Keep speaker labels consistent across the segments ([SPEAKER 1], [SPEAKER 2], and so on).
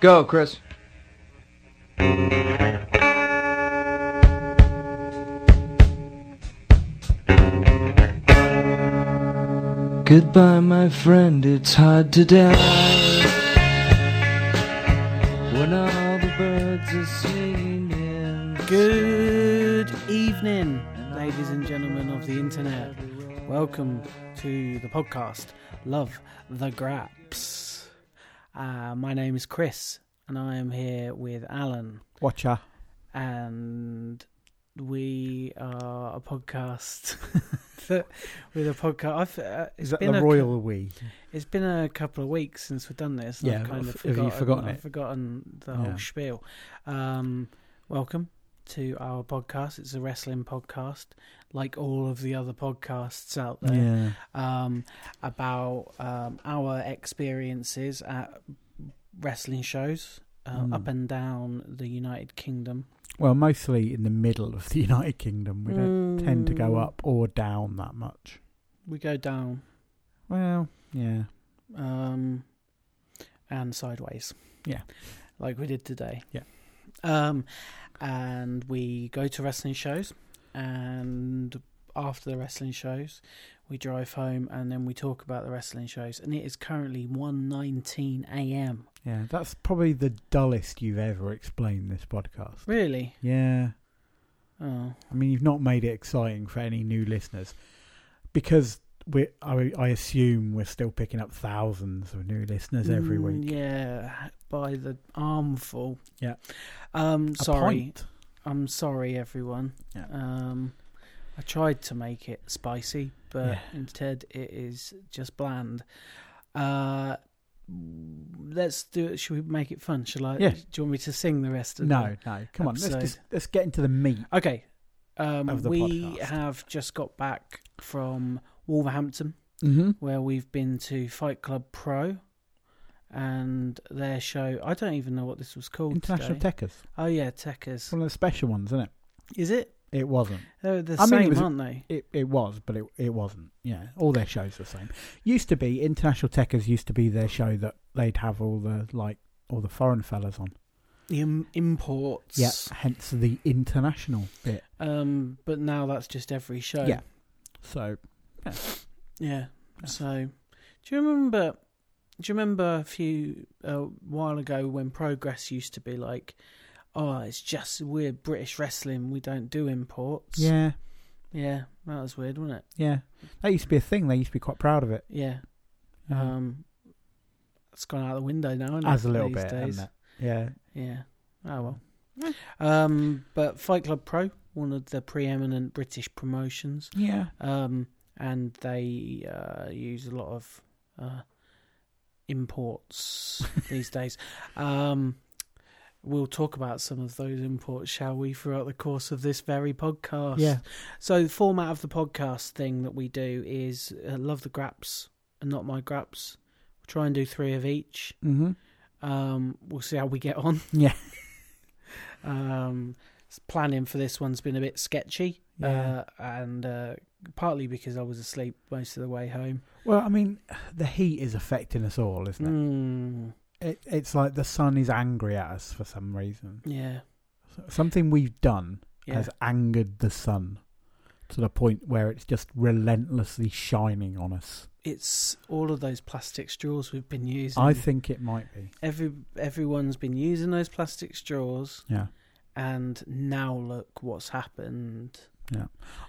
[SPEAKER 1] Go, Chris. Goodbye, my friend, it's hard to die. When all the birds are singing in.
[SPEAKER 2] Good evening, ladies and gentlemen of the internet. Welcome to the podcast Love the Graps. Uh, my name is Chris, and I am here with Alan,
[SPEAKER 3] Watcher.
[SPEAKER 2] and we are a podcast. that- with a podcast, I've, uh, it's
[SPEAKER 3] Is that
[SPEAKER 2] been
[SPEAKER 3] the
[SPEAKER 2] a,
[SPEAKER 3] royal we?
[SPEAKER 2] It's been a couple of weeks since we've done this. and
[SPEAKER 3] Yeah,
[SPEAKER 2] I've kind
[SPEAKER 3] have-
[SPEAKER 2] of
[SPEAKER 3] have you
[SPEAKER 2] forgotten,
[SPEAKER 3] forgotten
[SPEAKER 2] I've
[SPEAKER 3] it?
[SPEAKER 2] forgotten the whole
[SPEAKER 3] Yeah.
[SPEAKER 2] spiel. Um, welcome to our podcast. It's a wrestling podcast, like all of the other podcasts out there,
[SPEAKER 3] Yeah.
[SPEAKER 2] um, about um, our experiences at wrestling shows uh,
[SPEAKER 3] Mm.
[SPEAKER 2] up and down the United Kingdom.
[SPEAKER 3] Well, mostly in the middle of the United Kingdom. We don't tend to go
[SPEAKER 2] Mm.
[SPEAKER 3] up or down that much.
[SPEAKER 2] We go down
[SPEAKER 3] Well, yeah.
[SPEAKER 2] um, and sideways.
[SPEAKER 3] Yeah.
[SPEAKER 2] Like we did today.
[SPEAKER 3] Yeah.
[SPEAKER 2] Um, and we go to wrestling shows, and after the wrestling shows, we drive home and then we talk about the wrestling shows. And it is currently 1.19 a.m.
[SPEAKER 3] Yeah. That's probably the dullest you've ever explained this podcast.
[SPEAKER 2] Really?
[SPEAKER 3] Yeah.
[SPEAKER 2] Oh.
[SPEAKER 3] I mean, you've not made it exciting for any new listeners because we I, I assume we're still picking up thousands of new listeners every
[SPEAKER 2] Mm,
[SPEAKER 3] week.
[SPEAKER 2] Yeah, by the armful.
[SPEAKER 3] Yeah.
[SPEAKER 2] Um,
[SPEAKER 3] A
[SPEAKER 2] sorry.
[SPEAKER 3] pint.
[SPEAKER 2] I'm sorry, everyone.
[SPEAKER 3] Yeah.
[SPEAKER 2] Um, I tried to make it spicy, but
[SPEAKER 3] Yeah.
[SPEAKER 2] instead it is just bland. Uh, let's do it. Should we make it fun? Shall I?
[SPEAKER 3] Yeah.
[SPEAKER 2] Do you want me to sing the rest of
[SPEAKER 3] No, no. Come on.
[SPEAKER 2] episode.
[SPEAKER 3] Let's just, let's get into the meat.
[SPEAKER 2] The... Okay. Um,
[SPEAKER 3] Of the
[SPEAKER 2] we
[SPEAKER 3] podcast.
[SPEAKER 2] have just got back from Wolverhampton,
[SPEAKER 3] Mm-hmm.
[SPEAKER 2] where we've been to Fight Club Pro and their show. I don't even know what this was called.
[SPEAKER 3] International
[SPEAKER 2] today.
[SPEAKER 3] Techers.
[SPEAKER 2] Oh, yeah, Techers.
[SPEAKER 3] One of the special ones, isn't it?
[SPEAKER 2] Is it?
[SPEAKER 3] It wasn't.
[SPEAKER 2] They're the
[SPEAKER 3] I mean, it
[SPEAKER 2] same,
[SPEAKER 3] was-
[SPEAKER 2] aren't they?
[SPEAKER 3] It it was, but it it wasn't. Yeah, all their shows were the same. Used to be International Techers used to be their show that they'd have all the like all the foreign fellas on.
[SPEAKER 2] The Im- imports.
[SPEAKER 3] Yeah, hence the international bit.
[SPEAKER 2] Um, but now that's just every show.
[SPEAKER 3] Yeah. So
[SPEAKER 2] Yeah.
[SPEAKER 3] Yeah.
[SPEAKER 2] So, do you remember? Do you remember a few a while ago when Progress used to be like, "Oh, it's just we're British wrestling. We don't do imports."
[SPEAKER 3] yeah,
[SPEAKER 2] Yeah. That was weird, wasn't it?
[SPEAKER 3] yeah, that used to be a thing. They used to be quite proud of it.
[SPEAKER 2] Yeah.
[SPEAKER 3] Yeah.
[SPEAKER 2] Um, it's gone out the window now. Isn't
[SPEAKER 3] As
[SPEAKER 2] it,
[SPEAKER 3] Mm-hmm. a little
[SPEAKER 2] these
[SPEAKER 3] bit,
[SPEAKER 2] days?
[SPEAKER 3] hasn't it? Yeah,
[SPEAKER 2] Yeah. Oh well. Um, but Fight Club Pro, one of the preeminent British promotions.
[SPEAKER 3] yeah.
[SPEAKER 2] um, and they uh, use a lot of uh, imports these days. Um, we'll talk about some of those imports, shall we, throughout the course of this very podcast.
[SPEAKER 3] Yeah.
[SPEAKER 2] So the format of the podcast thing that we do is uh, love the graps and not my graps. We'll try and do three of each.
[SPEAKER 3] Mm-hmm.
[SPEAKER 2] Um, we'll see how we get on.
[SPEAKER 3] Yeah.
[SPEAKER 2] um, s- planning for this one's been a bit sketchy,
[SPEAKER 3] Yeah.
[SPEAKER 2] uh, and uh, partly because I was asleep most of the way home.
[SPEAKER 3] Well, I mean, the heat is affecting us all, isn't it?
[SPEAKER 2] Mm,
[SPEAKER 3] it? It's like the sun is angry at us for some reason.
[SPEAKER 2] yeah,
[SPEAKER 3] Something we've done
[SPEAKER 2] yeah,
[SPEAKER 3] has angered the sun to the point where it's just relentlessly shining on us.
[SPEAKER 2] it's all of those plastic straws we've been using.
[SPEAKER 3] I think it might be.
[SPEAKER 2] every everyone's been using those plastic straws,
[SPEAKER 3] Yeah.
[SPEAKER 2] and now look what's happened.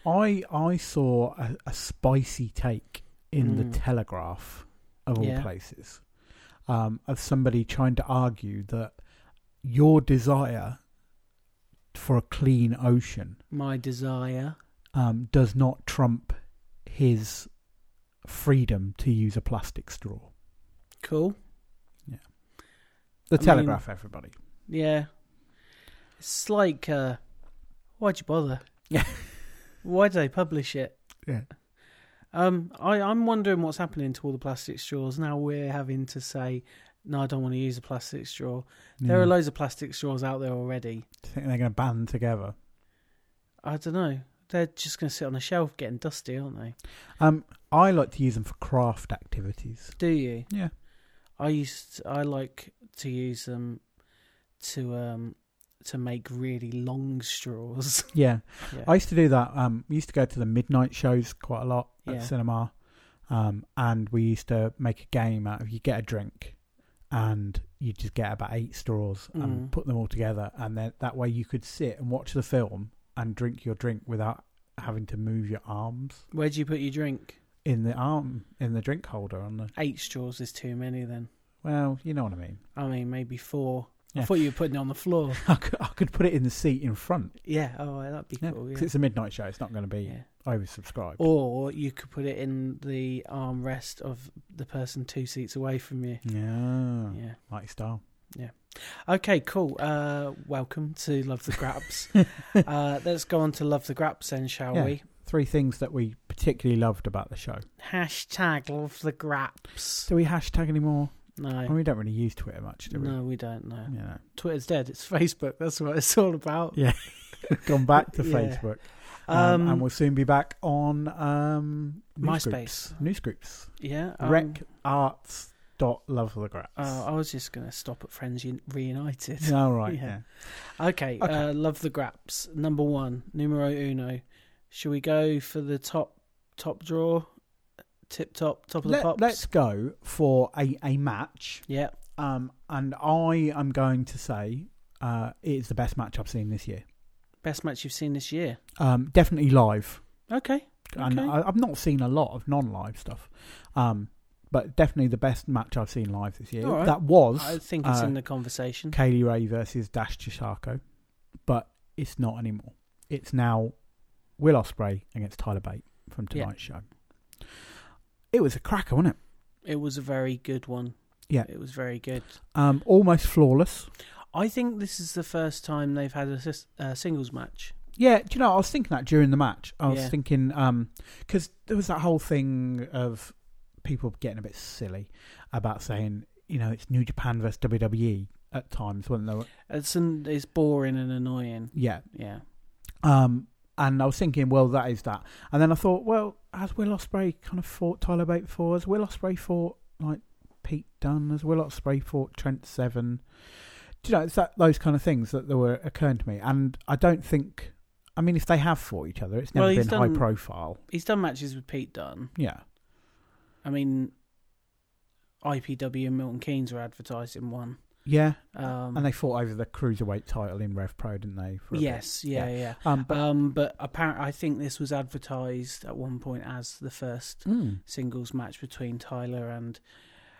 [SPEAKER 3] I I saw a, a spicy take in
[SPEAKER 2] Mm.
[SPEAKER 3] the Telegraph of all
[SPEAKER 2] Yeah.
[SPEAKER 3] places um, of somebody trying to argue that your desire for a clean ocean
[SPEAKER 2] My desire.
[SPEAKER 3] um, does not trump his freedom to use a plastic straw.
[SPEAKER 2] Cool.
[SPEAKER 3] The
[SPEAKER 2] I mean-
[SPEAKER 3] Telegraph, everybody.
[SPEAKER 2] Yeah. It's like, uh, why'd you bother?
[SPEAKER 3] Yeah.
[SPEAKER 2] Why do they publish it?
[SPEAKER 3] Yeah.
[SPEAKER 2] Um, I, I'm wondering what's happening to all the plastic straws. Now we're having to say, no, I don't want to use a plastic straw. There
[SPEAKER 3] Yeah.
[SPEAKER 2] are loads of plastic straws out there already.
[SPEAKER 3] Do you think they're going to band together?
[SPEAKER 2] I don't know. They're just going to sit on a shelf getting dusty, aren't they?
[SPEAKER 3] Um, I like to use them for craft activities.
[SPEAKER 2] Do you?
[SPEAKER 3] Yeah.
[SPEAKER 2] I used I like to use them to um to make really long straws.
[SPEAKER 3] Yeah.
[SPEAKER 2] Yeah.
[SPEAKER 3] I used to do that. Um, we used to go to the midnight shows quite a lot at
[SPEAKER 2] Yeah.
[SPEAKER 3] cinema, um, and we used to make a game out of you get a drink, and you just get about eight straws and
[SPEAKER 2] Mm.
[SPEAKER 3] put them all together, and then that way you could sit and watch the film and drink your drink without having to move your arms
[SPEAKER 2] Where do you put your drink?
[SPEAKER 3] in the arm in the drink holder on the.
[SPEAKER 2] Eight straws is too many. Then
[SPEAKER 3] Well, you know what I mean.
[SPEAKER 2] I mean maybe four. I
[SPEAKER 3] Yeah.
[SPEAKER 2] thought you were putting it on the floor.
[SPEAKER 3] I could, I could put it in the seat in front.
[SPEAKER 2] yeah. Oh, well, that'd be
[SPEAKER 3] Yeah,
[SPEAKER 2] cool.
[SPEAKER 3] 'cause
[SPEAKER 2] Yeah.
[SPEAKER 3] it's a midnight show. It's not going to be
[SPEAKER 2] yeah.
[SPEAKER 3] oversubscribed.
[SPEAKER 2] Or you could put it in the armrest of the person two seats away from you.
[SPEAKER 3] yeah,
[SPEAKER 2] Yeah.
[SPEAKER 3] like style.
[SPEAKER 2] Okay, cool. Uh, welcome to Love the Graps. uh, let's go on to Love the Graps then, shall
[SPEAKER 3] Yeah.
[SPEAKER 2] we?
[SPEAKER 3] Three things that we particularly loved about the show.
[SPEAKER 2] Hashtag Love the Graps.
[SPEAKER 3] Do we hashtag anymore? I mean,
[SPEAKER 2] No,
[SPEAKER 3] we don't really use Twitter much, do we?
[SPEAKER 2] no, we don't know.
[SPEAKER 3] You know,
[SPEAKER 2] Twitter's dead. It's Facebook. That's what it's all about.
[SPEAKER 3] Yeah. gone back to
[SPEAKER 2] Yeah.
[SPEAKER 3] Facebook, um,
[SPEAKER 2] Um,
[SPEAKER 3] and we'll soon be back on um, news
[SPEAKER 2] MySpace.
[SPEAKER 3] groups. news groups.
[SPEAKER 2] yeah. um,
[SPEAKER 3] Rec arts dot love the grass.
[SPEAKER 2] Uh, I was just going to stop at Friends Un- Reunited.
[SPEAKER 3] all right,
[SPEAKER 2] yeah.
[SPEAKER 3] yeah.
[SPEAKER 2] Okay, Uh, Love the Graps. Number one, numero uno. Shall we go for the top top draw? Tip top, top of the
[SPEAKER 3] Let,
[SPEAKER 2] pops?
[SPEAKER 3] let's go for a, a match,
[SPEAKER 2] Yeah.
[SPEAKER 3] um, and I am going to say uh, it is the best match I've seen this year.
[SPEAKER 2] Best match you've seen this year.
[SPEAKER 3] Um, definitely live.
[SPEAKER 2] Okay.
[SPEAKER 3] and
[SPEAKER 2] Okay.
[SPEAKER 3] I, I've not seen a lot of non-live stuff, um, but definitely the best match I've seen live this year.
[SPEAKER 2] All right.
[SPEAKER 3] That was
[SPEAKER 2] I think it's
[SPEAKER 3] uh,
[SPEAKER 2] in the conversation.
[SPEAKER 3] Kaylee Ray versus Dash Chisako, but it's not anymore. It's now Will Osprey against Tyler Bate from
[SPEAKER 2] Yeah.
[SPEAKER 3] tonight's show. It was a cracker, wasn't it?
[SPEAKER 2] It was a very good one.
[SPEAKER 3] Yeah.
[SPEAKER 2] It was very good.
[SPEAKER 3] Um, almost flawless.
[SPEAKER 2] I think this is the first time they've had a sis- uh, singles match.
[SPEAKER 3] Yeah, do you know? I was thinking that during the match. I was
[SPEAKER 2] Yeah.
[SPEAKER 3] thinking because there was that whole thing of people getting a bit silly about saying, you know, it's New Japan versus WWE at times when they were,
[SPEAKER 2] It's an, it's boring and annoying.
[SPEAKER 3] yeah.
[SPEAKER 2] Yeah.
[SPEAKER 3] Um, and I was thinking, well, that is that. And then I thought, well, has Will Osprey kind of fought Tyler Bate before? Has Will Osprey fought like Pete Dunne? Has Will Osprey fought Trent Seven? Do you know, it's that those kind of things that there were occurring to me. And I don't think, I mean, if they have fought each other, it's never
[SPEAKER 2] Well, he's
[SPEAKER 3] been
[SPEAKER 2] done-
[SPEAKER 3] high profile.
[SPEAKER 2] He's done matches with Pete Dunne.
[SPEAKER 3] Yeah,
[SPEAKER 2] I mean, IPW and Milton Keynes were advertising one.
[SPEAKER 3] yeah.
[SPEAKER 2] Um,
[SPEAKER 3] and they fought over the cruiserweight title in Rev Pro, didn't they? for a bit?
[SPEAKER 2] yes, yeah, yeah.
[SPEAKER 3] Um, but
[SPEAKER 2] um, but apparently, I think this was advertised at one point as the first
[SPEAKER 3] Mm.
[SPEAKER 2] singles match between Tyler and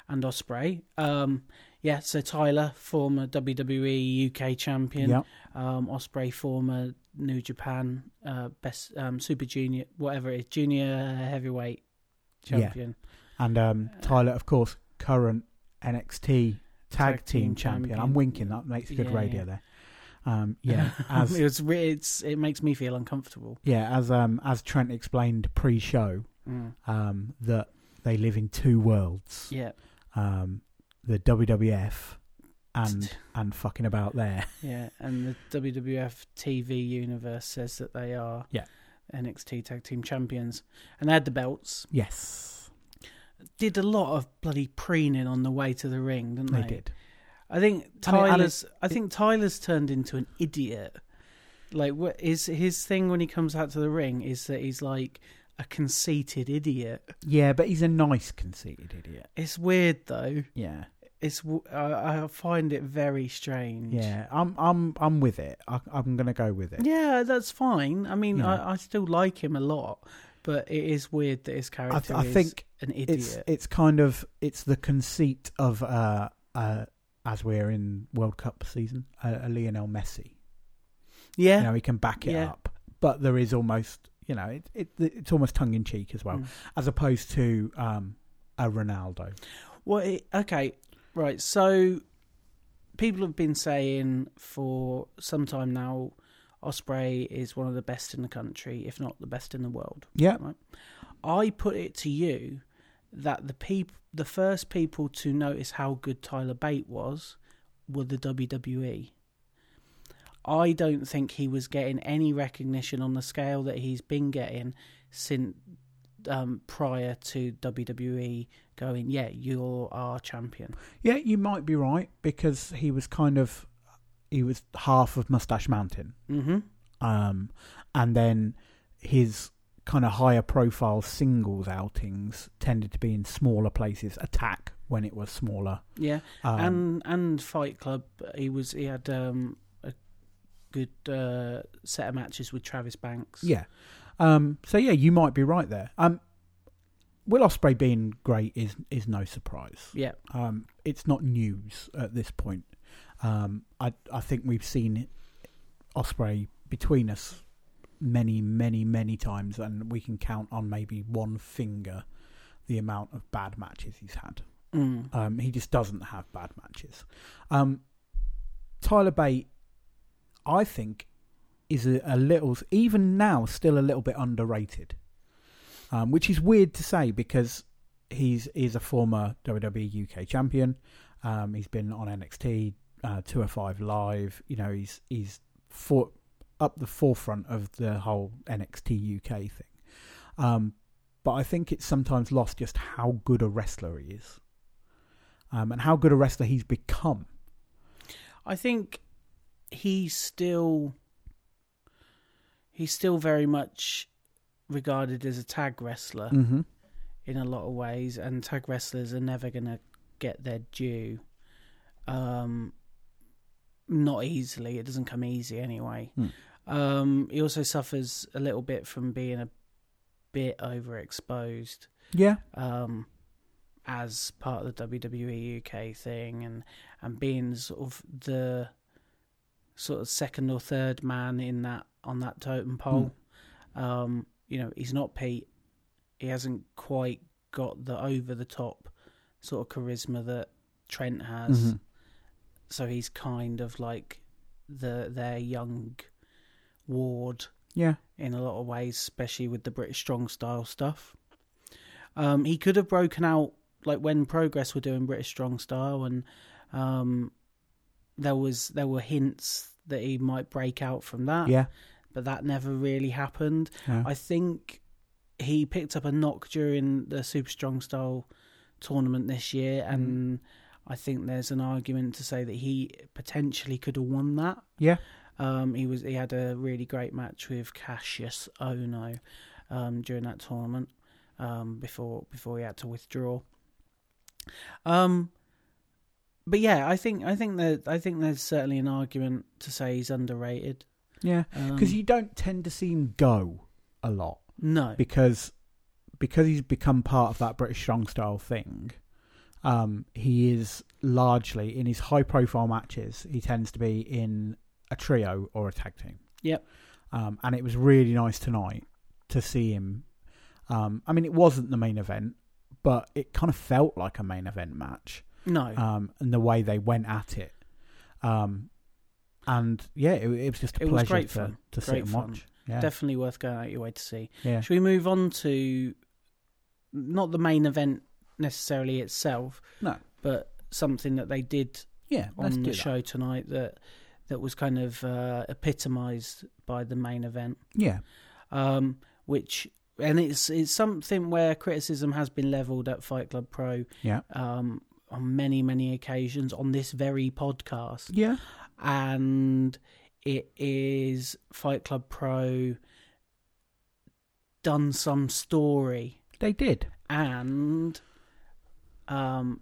[SPEAKER 2] and Osprey. Um, yeah, so Tyler, former WWE UK champion,
[SPEAKER 3] yeah,
[SPEAKER 2] um, Osprey, former New Japan uh, best um, Super Junior, whatever it is, Junior Heavyweight
[SPEAKER 3] Yeah.
[SPEAKER 2] champion,
[SPEAKER 3] and um,
[SPEAKER 2] Uh,
[SPEAKER 3] Tyler, of course, current NXT tag,
[SPEAKER 2] Tag
[SPEAKER 3] team,
[SPEAKER 2] team
[SPEAKER 3] champion.
[SPEAKER 2] champion.
[SPEAKER 3] I'm winking. That makes good
[SPEAKER 2] Yeah,
[SPEAKER 3] radio
[SPEAKER 2] yeah.
[SPEAKER 3] there. Um, yeah,
[SPEAKER 2] it
[SPEAKER 3] as
[SPEAKER 2] was re- it's it makes me feel uncomfortable.
[SPEAKER 3] yeah as um, as Trent explained pre-show
[SPEAKER 2] Mm.
[SPEAKER 3] um, that they live in two worlds,
[SPEAKER 2] Yeah,
[SPEAKER 3] um, the WWF and and fucking about there.
[SPEAKER 2] yeah, and the WWF TV universe says that they are
[SPEAKER 3] Yeah.
[SPEAKER 2] NXT tag team champions, and they had the belts.
[SPEAKER 3] Yes,
[SPEAKER 2] did a lot of bloody preening on the way to the ring, didn't
[SPEAKER 3] they
[SPEAKER 2] they?
[SPEAKER 3] did.
[SPEAKER 2] I think
[SPEAKER 3] And it- and it-
[SPEAKER 2] Tyler's. I think Tyler's turned into an idiot. Like, what is his thing when he comes out to the ring? Is that he's like a conceited idiot.
[SPEAKER 3] Yeah, but he's a nice conceited idiot.
[SPEAKER 2] It's weird though.
[SPEAKER 3] Yeah.
[SPEAKER 2] It's w- I, I find it very strange.
[SPEAKER 3] Yeah, I'm I'm I'm with it. I, I'm gonna go with it.
[SPEAKER 2] yeah, that's fine. I mean,
[SPEAKER 3] Yeah.
[SPEAKER 2] I, I still like him a lot, but it is weird that his
[SPEAKER 3] I,
[SPEAKER 2] character
[SPEAKER 3] th- I
[SPEAKER 2] is
[SPEAKER 3] think
[SPEAKER 2] an
[SPEAKER 3] it's
[SPEAKER 2] idiot.
[SPEAKER 3] it's kind of it's the conceit of uh uh as we're in World Cup season, uh, a Lionel Messi.
[SPEAKER 2] yeah,
[SPEAKER 3] You know, he can back it
[SPEAKER 2] Yeah.
[SPEAKER 3] up, but there is almost you know it, it it's almost tongue in cheek as well,
[SPEAKER 2] Mm.
[SPEAKER 3] as opposed to um a Ronaldo.
[SPEAKER 2] Well, it, okay, right. So people have been saying for some time now, Osprey is one of the best in the country, if not the best in the world.
[SPEAKER 3] Yeah,
[SPEAKER 2] I put it to you that the peop- the first people to notice how good Tyler Bate was, were the WWE. I don't think he was getting any recognition on the scale that he's been getting since um, prior to WWE going, yeah, you're our champion.
[SPEAKER 3] Yeah, you might be right because he was kind of he was half of Mustache Mountain,
[SPEAKER 2] Mm-hmm.
[SPEAKER 3] um, and then his kind of higher profile singles outings tended to be in smaller places. Attack when it was smaller,
[SPEAKER 2] Yeah,
[SPEAKER 3] um,
[SPEAKER 2] and and Fight Club, he was he had um, a good uh, set of matches with Travis Banks.
[SPEAKER 3] yeah. Um, so yeah, you might be right there. Um, Will Osprey being great is is no surprise.
[SPEAKER 2] yeah,
[SPEAKER 3] Um, it's not news at this point. Um, I I think we've seen Osprey between us many, many, many times, and we can count on maybe one finger the amount of bad matches he's had.
[SPEAKER 2] Mm.
[SPEAKER 3] Um, he just doesn't have bad matches. Um, Tyler Bate, I think, is a, a little, even now, still a little bit underrated, um, which is weird to say because he's is a former WWE UK champion. Um, he's been on NXT, uh, 205 Live. You know, he's he's for, up the forefront of the whole NXT UK thing. Um, but I think it's sometimes lost just how good a wrestler he is um, and how good a wrestler he's become.
[SPEAKER 2] I think he's still he's still very much regarded as a tag wrestler
[SPEAKER 3] Mm-hmm.
[SPEAKER 2] in a lot of ways, and tag wrestlers are never gonna get their due. Um, not easily. It doesn't come easy anyway.
[SPEAKER 3] Hmm.
[SPEAKER 2] Um, he also suffers a little bit from being a bit overexposed
[SPEAKER 3] Yeah,
[SPEAKER 2] um, as part of the WWE UK thing, and and being sort of the sort of second or third man in that on that totem pole. Um, you know, he's not Pete. He hasn't quite got the over the top sort of charisma that Trent has.
[SPEAKER 3] Mhm.
[SPEAKER 2] So he's kind of like the their young ward
[SPEAKER 3] yeah,
[SPEAKER 2] in a lot of ways, especially with the British strong style stuff. Um, he could have broken out like when Progress were doing British strong style, and um, there was there were hints that he might break out from that,
[SPEAKER 3] yeah.
[SPEAKER 2] but that never really happened.
[SPEAKER 3] No.
[SPEAKER 2] I think he picked up a knock during the Super Strong Style tournament this year,
[SPEAKER 3] Mm.
[SPEAKER 2] and I think there's an argument to say that he potentially could have won that.
[SPEAKER 3] Yeah.
[SPEAKER 2] Um, he was he had a really great match with Cassius Ono um, during that tournament um, before before he had to withdraw. Um, but yeah, I think I think that I think there's certainly an argument to say he's underrated
[SPEAKER 3] yeah, because
[SPEAKER 2] Um,
[SPEAKER 3] you don't tend to see him go a lot
[SPEAKER 2] no
[SPEAKER 3] because because he's become part of that British strong style thing. Um, he is largely in his high profile matches. He tends to be in a trio or a tag team.
[SPEAKER 2] Yep.
[SPEAKER 3] Um, and it was really nice tonight to see him. Um, I mean, it wasn't the main event, but it kind of felt like a main event match.
[SPEAKER 2] no
[SPEAKER 3] um, and the way they went at it. Um, and yeah, it, it was just a
[SPEAKER 2] It was
[SPEAKER 3] pleasure
[SPEAKER 2] great
[SPEAKER 3] to,
[SPEAKER 2] fun.
[SPEAKER 3] to sit
[SPEAKER 2] Great
[SPEAKER 3] and
[SPEAKER 2] fun.
[SPEAKER 3] watch. Yeah,
[SPEAKER 2] definitely worth going out your way to see.
[SPEAKER 3] yeah.
[SPEAKER 2] Should we move on to not the main event necessarily itself,
[SPEAKER 3] No.
[SPEAKER 2] but something that they did
[SPEAKER 3] yeah. Let's
[SPEAKER 2] on
[SPEAKER 3] do
[SPEAKER 2] the
[SPEAKER 3] that.
[SPEAKER 2] show tonight that that was kind of uh, epitomized by the main event,
[SPEAKER 3] Yeah,
[SPEAKER 2] um, which and it's it's something where criticism has been leveled at Fight Club Pro
[SPEAKER 3] yeah,
[SPEAKER 2] um, on many many occasions on this very podcast
[SPEAKER 3] yeah,
[SPEAKER 2] and it is Fight Club Pro done some story
[SPEAKER 3] they did.
[SPEAKER 2] and um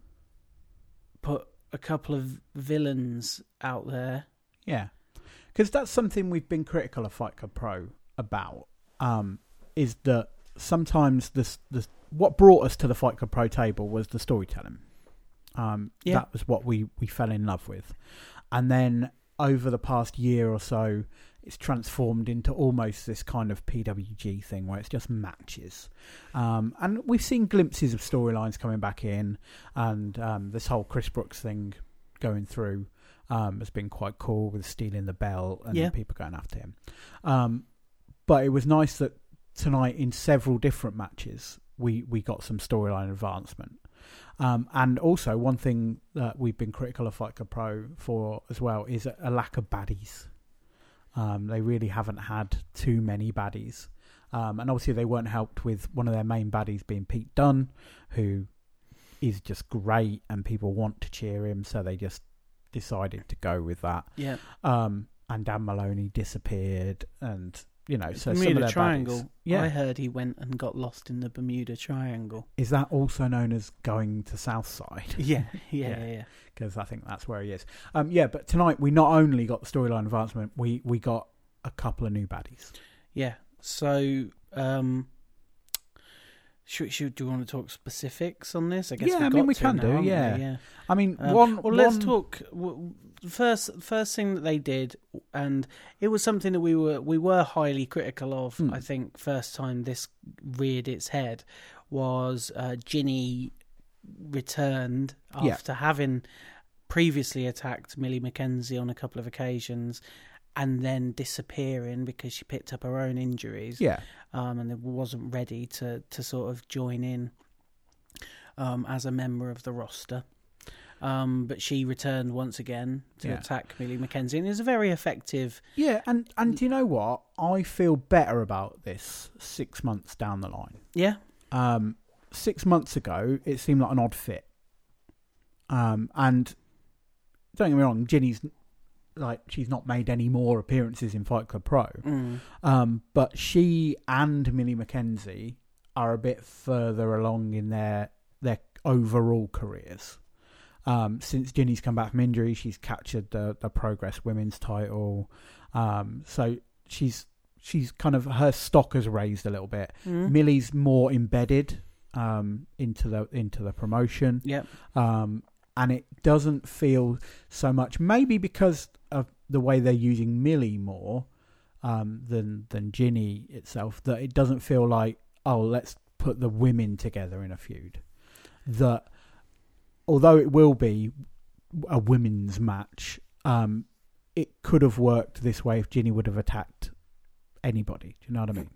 [SPEAKER 2] put a couple of villains out there.
[SPEAKER 3] Yeah, because that's something we've been critical of Fight Club Pro about. Um, is that sometimes this this what brought us to the Fight Club Pro table was the storytelling. Um,
[SPEAKER 2] Yeah.
[SPEAKER 3] that was what we we fell in love with, and then over the past year or so, it's transformed into almost this kind of PWG thing where it's just matches. Um, and we've seen glimpses of storylines coming back in, and um, this whole Chris Brooks thing going through um, has been quite cool with stealing the bell and
[SPEAKER 2] Yeah.
[SPEAKER 3] people going after him. Um, but it was nice that tonight, in several different matches, we, we got some storyline advancement. Um, and also, one thing that we've been critical of Fight Club Pro for as well is a, a lack of baddies. Um, they really haven't had too many baddies. Um, and obviously, they weren't helped with one of their main baddies being Pete Dunn, who is just great and people want to cheer him. So they just decided to go with that.
[SPEAKER 2] Yeah.
[SPEAKER 3] Um, and Dan Maloney disappeared, and you know, so some of
[SPEAKER 2] Bermuda
[SPEAKER 3] their
[SPEAKER 2] Triangle.
[SPEAKER 3] baddies- yeah,
[SPEAKER 2] I heard he went and got lost in the Bermuda Triangle.
[SPEAKER 3] is that also known as going to Southside?
[SPEAKER 2] Yeah, yeah,
[SPEAKER 3] Yeah.
[SPEAKER 2] yeah. yeah.
[SPEAKER 3] because I think that's where he is. Um, yeah, but tonight we not only got the storyline advancement, we we got a couple of new baddies.
[SPEAKER 2] Yeah. So, um, should, should do you want to talk specifics on this? I guess
[SPEAKER 3] Yeah,
[SPEAKER 2] we
[SPEAKER 3] I mean,
[SPEAKER 2] got
[SPEAKER 3] we
[SPEAKER 2] to
[SPEAKER 3] can
[SPEAKER 2] now,
[SPEAKER 3] do,
[SPEAKER 2] haven't we?
[SPEAKER 3] yeah.
[SPEAKER 2] yeah.
[SPEAKER 3] I mean,
[SPEAKER 2] Um,
[SPEAKER 3] one.
[SPEAKER 2] Well, let's
[SPEAKER 3] one-
[SPEAKER 2] talk. w- w- First, first thing that they did, and it was something that we were we were highly critical of.
[SPEAKER 3] Hmm.
[SPEAKER 2] I think first time this reared its head was uh, Ginny returned
[SPEAKER 3] Yeah.
[SPEAKER 2] after having previously attacked Millie McKenzie on a couple of occasions, and then disappearing because she picked up her own injuries
[SPEAKER 3] Yeah,
[SPEAKER 2] um, and wasn't ready to to sort of join in um, as a member of the roster. Um, but she returned once again to
[SPEAKER 3] Yeah.
[SPEAKER 2] attack Millie McKenzie, and it was a very effective.
[SPEAKER 3] yeah, and and do you know what? I feel better about this six months down the line.
[SPEAKER 2] Yeah,
[SPEAKER 3] Um, six months ago, it seemed like an odd fit. Um, and don't get me wrong, Ginny's like she's not made any more appearances in Fight Club Pro.
[SPEAKER 2] mm.
[SPEAKER 3] Um, but she and Millie McKenzie are a bit further along in their their overall careers. Um, since Ginny's come back from injury, she's captured the the Progress Women's title. Um, so she's she's kind of her stock has raised a little bit.
[SPEAKER 2] Mm.
[SPEAKER 3] Millie's more embedded um, into the into the promotion
[SPEAKER 2] Yep.
[SPEAKER 3] um, and it doesn't feel so much. Maybe because of the way they're using Millie more um, than than Ginny itself, that it doesn't feel like oh, let's put the women together in a feud. That although it will be a women's match, um, it could have worked this way if Ginny would have attacked anybody. Do you know what I mean?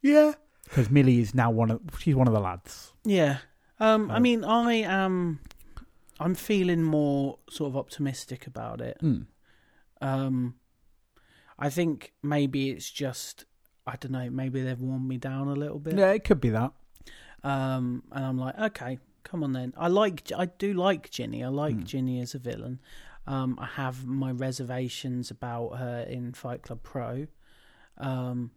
[SPEAKER 3] Yeah, because Millie is now one of she's one of the lads.
[SPEAKER 2] Yeah. Um, I
[SPEAKER 3] Oh.
[SPEAKER 2] mean, I am. I'm feeling more sort of optimistic about it. Um, I think maybe it's just I don't know. Maybe they've worn me down a little bit.
[SPEAKER 3] Yeah, it could be that.
[SPEAKER 2] Um, and I'm like, okay, come on then. I like, I do like Ginny. I like
[SPEAKER 3] Hmm.
[SPEAKER 2] Ginny as a villain. Um, I have my reservations about her in Fight Club Pro, um,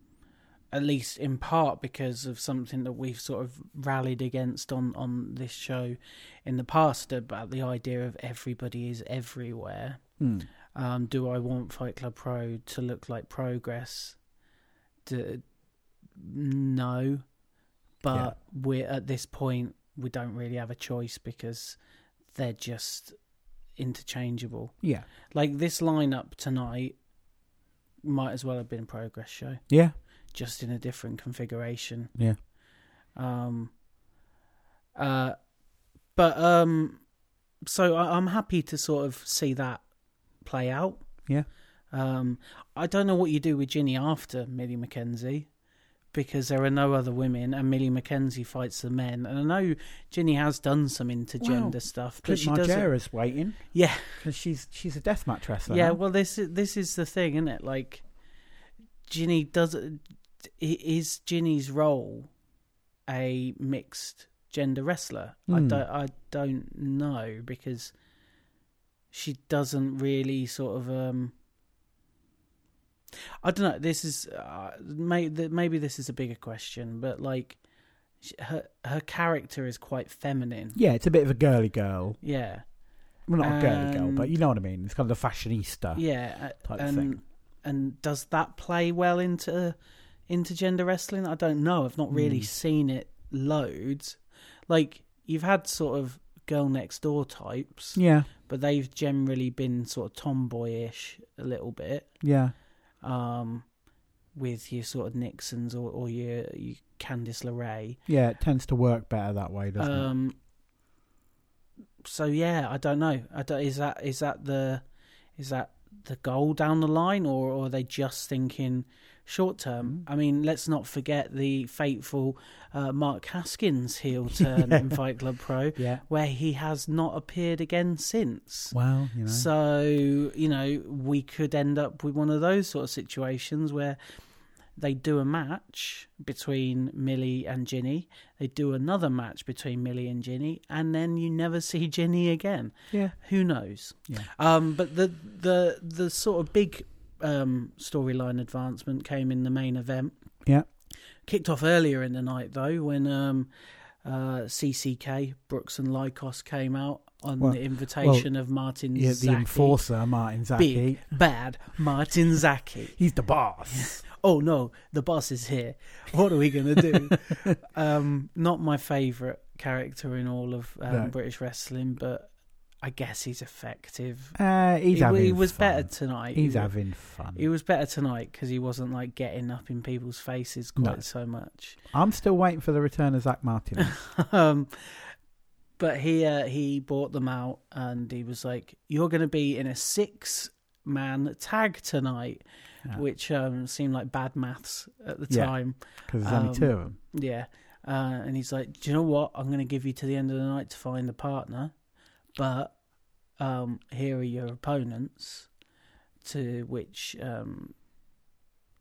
[SPEAKER 2] at least in part because of something that we've sort of rallied against on on this show in the past about the idea of everybody is everywhere.
[SPEAKER 3] Mm.
[SPEAKER 2] Um, do I want Fight Club Pro to look like Progress? Do, no, but
[SPEAKER 3] Yeah.
[SPEAKER 2] we're at this point we don't really have a choice because they're just interchangeable.
[SPEAKER 3] Yeah.
[SPEAKER 2] Like this lineup tonight might as well have been a Progress show,
[SPEAKER 3] Yeah.
[SPEAKER 2] just in a different configuration.
[SPEAKER 3] Yeah.
[SPEAKER 2] Um. Uh, but um, so I, I'm happy to sort of see that play out.
[SPEAKER 3] Yeah.
[SPEAKER 2] Um, I don't know what you do with Ginny after Millie McKenzie because there are no other women and Millie McKenzie fights the men. And I know Ginny has done some intergender
[SPEAKER 3] Well,
[SPEAKER 2] stuff, but
[SPEAKER 3] Clint
[SPEAKER 2] she doesn't.
[SPEAKER 3] Margera's waiting
[SPEAKER 2] Yeah,
[SPEAKER 3] because she's she's a deathmatch wrestler.
[SPEAKER 2] yeah.
[SPEAKER 3] now.
[SPEAKER 2] Well, this is- this is the thing, isn't it? Like, Ginny does. i- Is Ginny's role a mixed gender wrestler? I
[SPEAKER 3] Hmm.
[SPEAKER 2] don't. I don't know because she doesn't really sort of. um I don't know. This is uh, maybe maybe this is a bigger question, but like sh- her her character is quite feminine.
[SPEAKER 3] yeah, it's a bit of a girly girl.
[SPEAKER 2] Yeah,
[SPEAKER 3] Well, not a girly girl,
[SPEAKER 2] Um,
[SPEAKER 3] but you know what I mean. It's kind of the fashionista.
[SPEAKER 2] yeah, uh,
[SPEAKER 3] Type
[SPEAKER 2] and
[SPEAKER 3] thing.
[SPEAKER 2] and does that play well into intergender wrestling? I don't know. I've not really
[SPEAKER 3] Hmm.
[SPEAKER 2] seen it loads. Like you've had sort of girl next door types,
[SPEAKER 3] Yeah,
[SPEAKER 2] but they've generally been sort of tomboyish a little bit.
[SPEAKER 3] yeah,
[SPEAKER 2] um, with your sort of Nixons or, or your, your Candice LeRae.
[SPEAKER 3] yeah. It tends to work better that way, doesn't it?
[SPEAKER 2] Um, so yeah, I don't know. I don't, is that is that the is that the goal down the line, or, or are they just thinking short term? I mean, let's not forget the fateful uh, Mark Haskins heel turn in Fight Club Pro,
[SPEAKER 3] Yeah.
[SPEAKER 2] where he has not appeared again since.
[SPEAKER 3] Well, you know.
[SPEAKER 2] So, you know, we could end up with one of those sort of situations where They do a match between Millie and Ginny. They do another match between Millie and Ginny, and then you never see Ginny again.
[SPEAKER 3] Yeah.
[SPEAKER 2] Who knows?
[SPEAKER 3] Yeah.
[SPEAKER 2] Um, but the the the sort of big um, storyline advancement came in the main event.
[SPEAKER 3] Yeah.
[SPEAKER 2] Kicked off earlier in the night though when um, uh, CCK Brooks and Lycos came out on
[SPEAKER 3] Well-
[SPEAKER 2] the invitation of Martin.
[SPEAKER 3] Yeah, the
[SPEAKER 2] Zaki.
[SPEAKER 3] enforcer, Martin Zaki.
[SPEAKER 2] Big bad Martin Zaki.
[SPEAKER 3] He's the boss.
[SPEAKER 2] oh no, the boss is here. What are we going to do? um, not my favourite character in all of um,
[SPEAKER 3] No.
[SPEAKER 2] British wrestling, but I guess he's effective.
[SPEAKER 3] Uh, he's
[SPEAKER 2] He, w-
[SPEAKER 3] having
[SPEAKER 2] he was
[SPEAKER 3] fun.
[SPEAKER 2] better tonight.
[SPEAKER 3] He's
[SPEAKER 2] he, w-
[SPEAKER 3] having fun.
[SPEAKER 2] he was better tonight because he wasn't like getting up in people's faces quite
[SPEAKER 3] No.
[SPEAKER 2] so much.
[SPEAKER 3] I'm still waiting for the return of Zach Martin.
[SPEAKER 2] um, but he uh, he bought them out and he was like, "You're going to be in a six man tag tonight,"
[SPEAKER 3] Yeah.
[SPEAKER 2] which um, seemed like bad maths at the
[SPEAKER 3] Yeah.
[SPEAKER 2] time.
[SPEAKER 3] because there's
[SPEAKER 2] Um,
[SPEAKER 3] only two of them.
[SPEAKER 2] Yeah. Uh, and he's like, Do you know what? I'm going to give you to the end of the night to find the partner, but um, here are your opponents. To which um,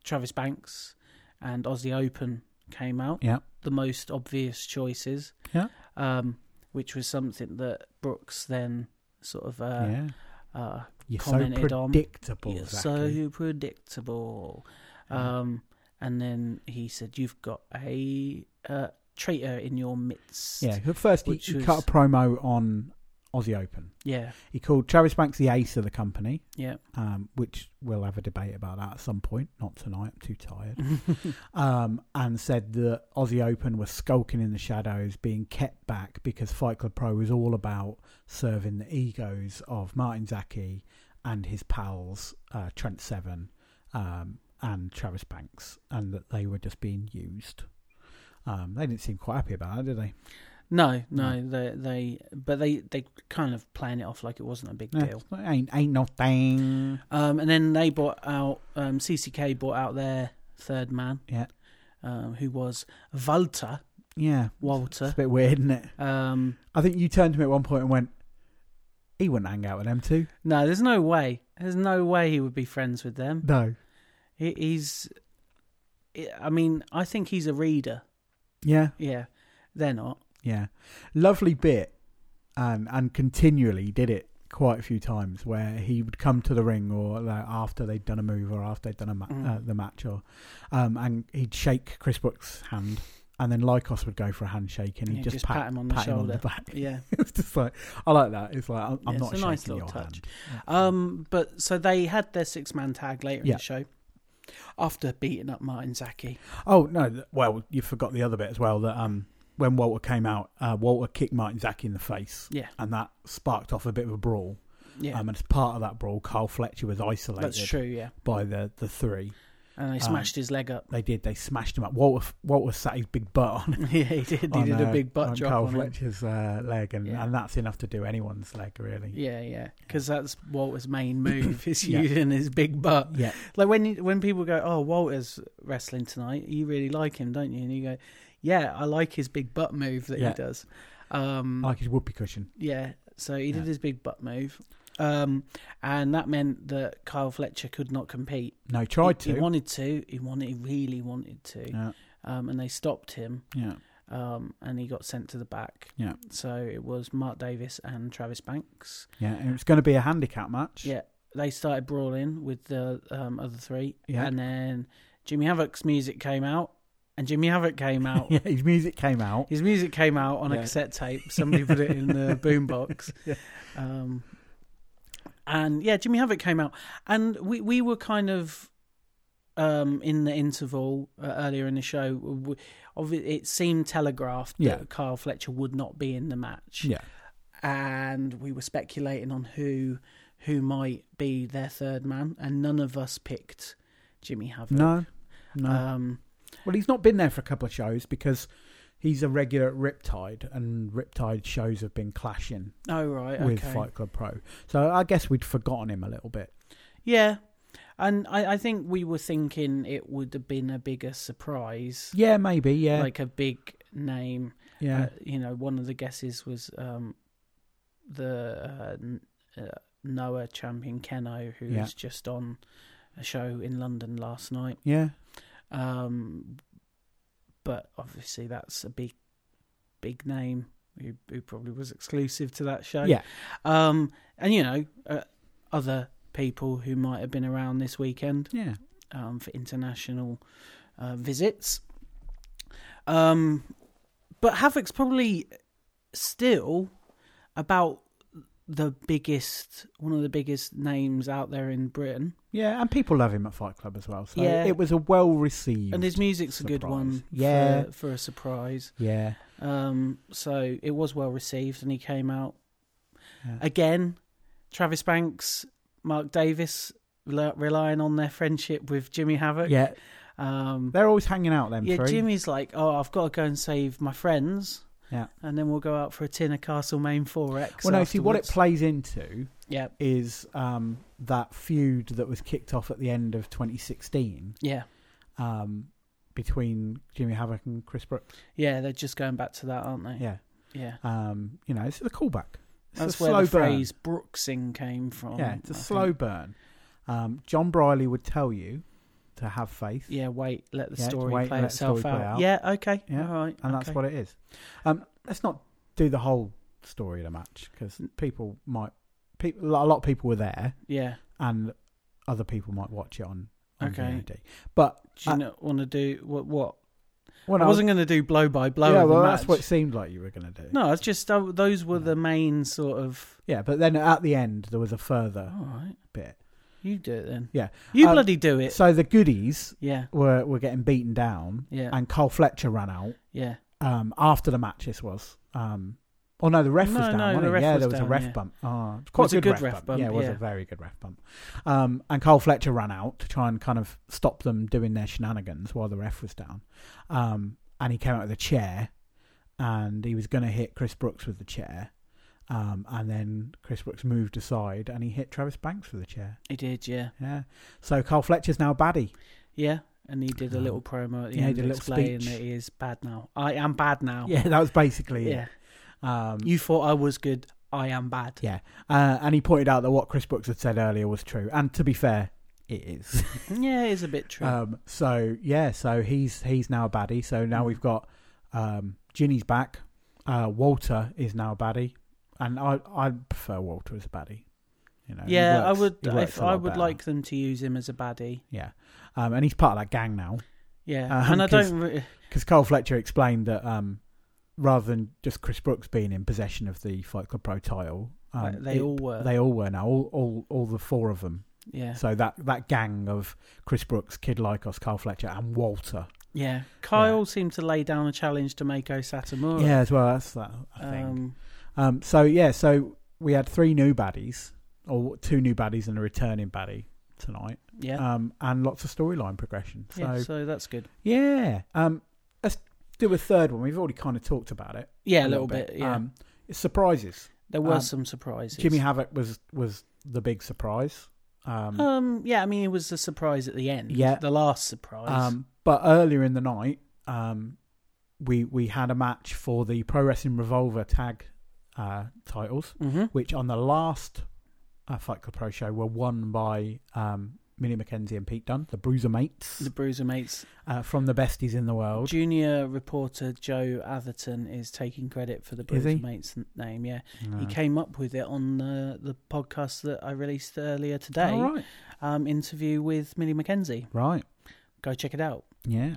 [SPEAKER 2] Travis Banks and Aussie Open came out.
[SPEAKER 3] Yeah.
[SPEAKER 2] The most obvious choices.
[SPEAKER 3] Yeah.
[SPEAKER 2] Um, which was something that Brooks then sort of uh,
[SPEAKER 3] yeah,
[SPEAKER 2] uh,
[SPEAKER 3] you're
[SPEAKER 2] commented
[SPEAKER 3] so
[SPEAKER 2] on-
[SPEAKER 3] predictable.
[SPEAKER 2] you're
[SPEAKER 3] Zaki.
[SPEAKER 2] so predictable.
[SPEAKER 3] Yeah.
[SPEAKER 2] Um, and then he said, "You've got a uh, traitor in your midst."
[SPEAKER 3] yeah. But first, he,
[SPEAKER 2] which
[SPEAKER 3] he
[SPEAKER 2] was-
[SPEAKER 3] cut a promo on Aussie Open.
[SPEAKER 2] yeah,
[SPEAKER 3] He called Travis Banks the ace of the company,
[SPEAKER 2] yeah.
[SPEAKER 3] um, which we'll have a debate about that at some point. Not tonight. I'm too tired. um, and said that Aussie Open was skulking in the shadows, being kept back because Fight Club Pro was all about serving the egos of Martin Zaki and his pals uh, Trent Seven um, and Travis Banks, and that they were just being used. Um, they didn't seem quite happy about it, did they?
[SPEAKER 2] no, no, they, they, but they, they kind of playing it off like it wasn't a big
[SPEAKER 3] No,
[SPEAKER 2] deal.
[SPEAKER 3] ain't ain't nothing.
[SPEAKER 2] Um, and then they bought out um, CCK bought out their third man,
[SPEAKER 3] Yeah.
[SPEAKER 2] um, who was Walter.
[SPEAKER 3] Yeah, it's
[SPEAKER 2] Walter.
[SPEAKER 3] a bit weird, isn't it?
[SPEAKER 2] Um,
[SPEAKER 3] I think you turned to me at one point and went, "He wouldn't hang out with them two.
[SPEAKER 2] no, there's no way. There's no way he would be friends with them.
[SPEAKER 3] No.
[SPEAKER 2] He, he's, I mean, I think he's a reader.
[SPEAKER 3] Yeah.
[SPEAKER 2] Yeah, they're not.
[SPEAKER 3] Yeah. Lovely bit and and continually did it quite a few times where he would come to the ring or like, after they'd done a move or after they'd done a ma-
[SPEAKER 2] Mm.
[SPEAKER 3] uh, the match or um and he'd shake Chris Brooks' hand and then Lycos would go for a handshake and he'd
[SPEAKER 2] Yeah,
[SPEAKER 3] just, pat, pat him on the
[SPEAKER 2] shoulder.
[SPEAKER 3] back.
[SPEAKER 2] Yeah.
[SPEAKER 3] it's just like I like that. It's like I'm, I'm
[SPEAKER 2] Yeah,
[SPEAKER 3] not
[SPEAKER 2] it's a
[SPEAKER 3] shaking
[SPEAKER 2] nice
[SPEAKER 3] your
[SPEAKER 2] little touch.
[SPEAKER 3] hand.
[SPEAKER 2] Um. But so they had their six man tag later in
[SPEAKER 3] Yeah.
[SPEAKER 2] the show after beating up Martin Zaki.
[SPEAKER 3] Oh no! th- Well, you forgot the other bit as well. That um, when Walter came out, uh, Walter kicked Martin Zaki in the face.
[SPEAKER 2] Yeah.
[SPEAKER 3] and that sparked off a bit of a brawl.
[SPEAKER 2] Yeah.
[SPEAKER 3] Um, and as part of that brawl, Carl Fletcher was isolated
[SPEAKER 2] that's true. Yeah.
[SPEAKER 3] by the the three.
[SPEAKER 2] And they
[SPEAKER 3] Um,
[SPEAKER 2] smashed his leg up.
[SPEAKER 3] They did. They smashed him up. Walter f- Walter sat his big butt on.
[SPEAKER 2] yeah, he did. He
[SPEAKER 3] on,
[SPEAKER 2] did a
[SPEAKER 3] uh,
[SPEAKER 2] big butt
[SPEAKER 3] on
[SPEAKER 2] drop
[SPEAKER 3] Carl
[SPEAKER 2] on him.
[SPEAKER 3] Fletcher's uh, leg, and,
[SPEAKER 2] Yeah.
[SPEAKER 3] and that's enough to do anyone's leg, really.
[SPEAKER 2] Yeah, yeah, because that's Walter's main move is
[SPEAKER 3] Yeah.
[SPEAKER 2] using his big butt.
[SPEAKER 3] Yeah.
[SPEAKER 2] Like when you, when people go, "Oh, Walter's wrestling tonight," you really like him, don't you? And you go, "Yeah, I like his big butt move that
[SPEAKER 3] Yeah.
[SPEAKER 2] he does." Um,
[SPEAKER 3] like his whoopee cushion.
[SPEAKER 2] Yeah, so he did
[SPEAKER 3] Yeah.
[SPEAKER 2] his big butt move, um, and that meant that Kyle Fletcher could not compete.
[SPEAKER 3] No, tried
[SPEAKER 2] he,
[SPEAKER 3] to.
[SPEAKER 2] He wanted to. He wanted. He really wanted to.
[SPEAKER 3] yeah,
[SPEAKER 2] Um, and they stopped him,
[SPEAKER 3] yeah,
[SPEAKER 2] um, and he got sent to the back.
[SPEAKER 3] Yeah.
[SPEAKER 2] So it was Mark Davis and Travis Banks.
[SPEAKER 3] yeah. And it was going to be a handicap match.
[SPEAKER 2] Yeah. They started brawling with the um, other three,
[SPEAKER 3] Yeah.
[SPEAKER 2] and then Jimmy Havoc's music came out, and Jimmy Havoc came out.
[SPEAKER 3] yeah. His music came out.
[SPEAKER 2] His music came out on a
[SPEAKER 3] Yeah.
[SPEAKER 2] cassette tape. Somebody put it in the boombox.
[SPEAKER 3] Yeah.
[SPEAKER 2] Um, and yeah, Jimmy Havoc came out, and we we were kind of um, in the interval uh, earlier in the show. w- Of it, it seemed telegraphed
[SPEAKER 3] Yeah.
[SPEAKER 2] that Carl Fletcher would not be in the match,
[SPEAKER 3] Yeah,
[SPEAKER 2] and we were speculating on who who might be their third man, and none of us picked Jimmy Havoc.
[SPEAKER 3] no, no.
[SPEAKER 2] Um,
[SPEAKER 3] Well, he's not been there for a couple of shows because he's a regular at Riptide, and Riptide shows have been clashing
[SPEAKER 2] oh right,
[SPEAKER 3] with
[SPEAKER 2] okay.
[SPEAKER 3] Fight Club Pro. So I guess we'd forgotten him a little bit.
[SPEAKER 2] Yeah. And I, I think we were thinking it would have been a bigger surprise,
[SPEAKER 3] Yeah, maybe. Yeah,
[SPEAKER 2] like a big name.
[SPEAKER 3] yeah,
[SPEAKER 2] Uh, you know, one of the guesses was um, the uh, N- uh, Noah champion Keno, who
[SPEAKER 3] Yeah.
[SPEAKER 2] was just on a show in London last night.
[SPEAKER 3] yeah.
[SPEAKER 2] Um, but obviously, that's a big, big name who, who probably was exclusive to that show.
[SPEAKER 3] Yeah.
[SPEAKER 2] Um, and you know, uh, other people who might have been around this weekend
[SPEAKER 3] Yeah.
[SPEAKER 2] um, for international uh, visits. Um, but Havoc's probably still about the biggest, one of the biggest names out there in Britain,
[SPEAKER 3] Yeah, and people love him at Fight Club as well. So
[SPEAKER 2] Yeah.
[SPEAKER 3] it was a well received.
[SPEAKER 2] and his music's a good
[SPEAKER 3] Surprise.
[SPEAKER 2] one.
[SPEAKER 3] Yeah.
[SPEAKER 2] for, for a surprise.
[SPEAKER 3] yeah,
[SPEAKER 2] Um, so it was well received, and he came out
[SPEAKER 3] Yeah.
[SPEAKER 2] again. Travis Banks, Mark Davis, le- relying on their friendship with Jimmy Havoc.
[SPEAKER 3] yeah,
[SPEAKER 2] Um,
[SPEAKER 3] they're always hanging out. Them
[SPEAKER 2] Yeah,
[SPEAKER 3] three.
[SPEAKER 2] Jimmy's like, oh, I've got to go and save my friends.
[SPEAKER 3] Yeah.
[SPEAKER 2] And then we'll go out for a tin of Castle Main 4X.
[SPEAKER 3] well, no. See what it
[SPEAKER 2] afterwards.
[SPEAKER 3] plays into
[SPEAKER 2] Yeah,
[SPEAKER 3] is um, that feud that was kicked off at the end of 2016
[SPEAKER 2] yeah,
[SPEAKER 3] um, between Jimmy Havoc and Chris Brooks.
[SPEAKER 2] yeah. They're just going back to that, aren't they?
[SPEAKER 3] Yeah,
[SPEAKER 2] Yeah.
[SPEAKER 3] um, you know, it's a callback. It's
[SPEAKER 2] That's
[SPEAKER 3] a
[SPEAKER 2] where
[SPEAKER 3] slow
[SPEAKER 2] the phrase Brooksing came from.
[SPEAKER 3] burn. Yeah, it's a
[SPEAKER 2] I
[SPEAKER 3] slow
[SPEAKER 2] think.
[SPEAKER 3] burn. Um, John Briley would tell you to have faith.
[SPEAKER 2] Yeah, wait, let the
[SPEAKER 3] Yeah,
[SPEAKER 2] story
[SPEAKER 3] wait,
[SPEAKER 2] play
[SPEAKER 3] let the
[SPEAKER 2] itself
[SPEAKER 3] story
[SPEAKER 2] out.
[SPEAKER 3] play out.
[SPEAKER 2] Yeah, okay.
[SPEAKER 3] Yeah,
[SPEAKER 2] All right.
[SPEAKER 3] and that's
[SPEAKER 2] okay.
[SPEAKER 3] what it is. Um, let's not do the whole story of the match because people might, people, a lot of people were there,
[SPEAKER 2] Yeah.
[SPEAKER 3] and other people might watch it on, on
[SPEAKER 2] Okay.
[SPEAKER 3] VOD. But
[SPEAKER 2] Do you
[SPEAKER 3] Uh,
[SPEAKER 2] not want to do what? What?
[SPEAKER 3] when
[SPEAKER 2] I wasn't going to do blow by blow.
[SPEAKER 3] yeah,
[SPEAKER 2] of the
[SPEAKER 3] well,
[SPEAKER 2] match.
[SPEAKER 3] that's what it seemed like you were going to do.
[SPEAKER 2] No, it's just uh, those were the main sort of.
[SPEAKER 3] Yeah, but then at the end there was a further
[SPEAKER 2] All right,
[SPEAKER 3] bit.
[SPEAKER 2] you do it then.
[SPEAKER 3] Yeah.
[SPEAKER 2] You
[SPEAKER 3] Um,
[SPEAKER 2] bloody do it.
[SPEAKER 3] So the goodies
[SPEAKER 2] Yeah,
[SPEAKER 3] were were getting beaten down,
[SPEAKER 2] yeah,
[SPEAKER 3] and Cole Fletcher ran out
[SPEAKER 2] yeah.
[SPEAKER 3] um, after the match. This was. Um, Oh no, the ref
[SPEAKER 2] No,
[SPEAKER 3] was down.
[SPEAKER 2] no,
[SPEAKER 3] wasn't
[SPEAKER 2] the
[SPEAKER 3] he?
[SPEAKER 2] ref
[SPEAKER 3] yeah,
[SPEAKER 2] was
[SPEAKER 3] there was a
[SPEAKER 2] down,
[SPEAKER 3] ref
[SPEAKER 2] yeah.
[SPEAKER 3] bump. Oh, it's quite
[SPEAKER 2] was
[SPEAKER 3] a good, ref, bump. Yeah, it was
[SPEAKER 2] yeah.
[SPEAKER 3] a very good ref bump. Um, and Cole Fletcher ran out to try and kind of stop them doing their shenanigans while the ref was down. Um, and he came out with a chair, and he was going to hit Chris Brooks with the chair. Um, and then Chris Brooks moved aside, and he hit Travis Banks with the chair.
[SPEAKER 2] He did, yeah,
[SPEAKER 3] Yeah. So Cole Fletcher's now baddie.
[SPEAKER 2] yeah. And he did a
[SPEAKER 3] Um,
[SPEAKER 2] little promo at the
[SPEAKER 3] yeah, he
[SPEAKER 2] end,
[SPEAKER 3] did a little
[SPEAKER 2] explaining
[SPEAKER 3] speech.
[SPEAKER 2] that he is bad now. I am bad now.
[SPEAKER 3] Yeah, that was basically
[SPEAKER 2] Oh. yeah.
[SPEAKER 3] it. Um,
[SPEAKER 2] You thought I was good. I am bad.
[SPEAKER 3] Yeah. Uh, and he pointed out that what Chris Brooks had said earlier was true. And to be fair, it is.
[SPEAKER 2] Yeah, it is a bit true.
[SPEAKER 3] um, so yeah, so he's he's now a baddie. So
[SPEAKER 2] Mm.
[SPEAKER 3] now we've got um, Ginny's back. Uh, Walter is now a baddie, and I I prefer Walter as a baddie. You know. he
[SPEAKER 2] yeah,
[SPEAKER 3] works-
[SPEAKER 2] I would.
[SPEAKER 3] he works
[SPEAKER 2] If
[SPEAKER 3] a lot
[SPEAKER 2] I would
[SPEAKER 3] better.
[SPEAKER 2] like them to use him as a baddie.
[SPEAKER 3] Yeah. Um, and he's part of that gang now
[SPEAKER 2] Yeah,
[SPEAKER 3] Um,
[SPEAKER 2] and I
[SPEAKER 3] 'cause-
[SPEAKER 2] don't. Re-
[SPEAKER 3] because Carl Fletcher explained that um, rather than just Chris Brooks being in possession of the Fight Club Pro title, um,
[SPEAKER 2] they
[SPEAKER 3] it-
[SPEAKER 2] all were.
[SPEAKER 3] they all were now all all all the four of them
[SPEAKER 2] yeah,
[SPEAKER 3] So that that gang of Chris Brooks, Kid Lycos, Carl Fletcher, and Walter.
[SPEAKER 2] yeah. Kyle seemed to lay down a challenge to Mako Satomura.
[SPEAKER 3] Yeah, as well. That's that. I think. Um,
[SPEAKER 2] Oh. Um,
[SPEAKER 3] so yeah, so we had three new baddies, or two new baddies and a returning baddie tonight.
[SPEAKER 2] yeah.
[SPEAKER 3] Um, and lots of storyline progression. So
[SPEAKER 2] yeah.
[SPEAKER 3] yeah.
[SPEAKER 2] So that's good.
[SPEAKER 3] Um, let's do a third one. We've already kind of talked about it.
[SPEAKER 2] Yeah, a little, bit. Yeah.
[SPEAKER 3] Um, surprises.
[SPEAKER 2] there were
[SPEAKER 3] um,
[SPEAKER 2] some surprises.
[SPEAKER 3] Jimmy Havoc was was the big surprise. Um,
[SPEAKER 2] Um. Yeah. I mean, it was a surprise at the end.
[SPEAKER 3] Yeah.
[SPEAKER 2] The last surprise.
[SPEAKER 3] Um, but earlier in the night, um, we we had a match for the Pro Wrestling Revolver tag uh, titles,
[SPEAKER 2] hmm
[SPEAKER 3] which on the last uh, Fight Club Pro show were won by um, Minnie McKenzie and Pete Dunne, the Bruiser Mates
[SPEAKER 2] The Bruiser Mates.
[SPEAKER 3] uh, from the Besties in the World.
[SPEAKER 2] Junior reporter Joe Atherton is taking credit for the
[SPEAKER 3] Is he?
[SPEAKER 2] Bruiser Mates n- name. Yeah, he
[SPEAKER 3] Uh,
[SPEAKER 2] came up with it on the the podcast that I released earlier today.
[SPEAKER 3] all right,
[SPEAKER 2] Um, interview with Millie McKenzie.
[SPEAKER 3] right,
[SPEAKER 2] Go check it out.
[SPEAKER 3] yeah.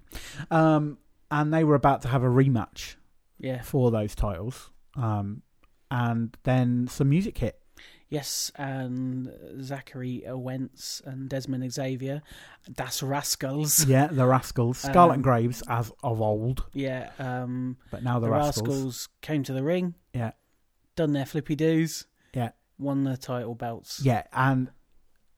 [SPEAKER 3] Um, and they were about to have a rematch
[SPEAKER 2] Yeah.
[SPEAKER 3] for those titles, um, and then some music hit.
[SPEAKER 2] Yes, and Zachary Owens and Desmond Xavier, Das Rascals.
[SPEAKER 3] Yeah, the Rascals, Scarlet
[SPEAKER 2] Um,
[SPEAKER 3] and Graves, as of old.
[SPEAKER 2] Yeah. Um,
[SPEAKER 3] But now
[SPEAKER 2] the,
[SPEAKER 3] the,
[SPEAKER 2] Rascals.
[SPEAKER 3] Rascals.
[SPEAKER 2] came to the ring.
[SPEAKER 3] Yeah.
[SPEAKER 2] Done their flippy doos.
[SPEAKER 3] Yeah.
[SPEAKER 2] Won the title belts.
[SPEAKER 3] Yeah, and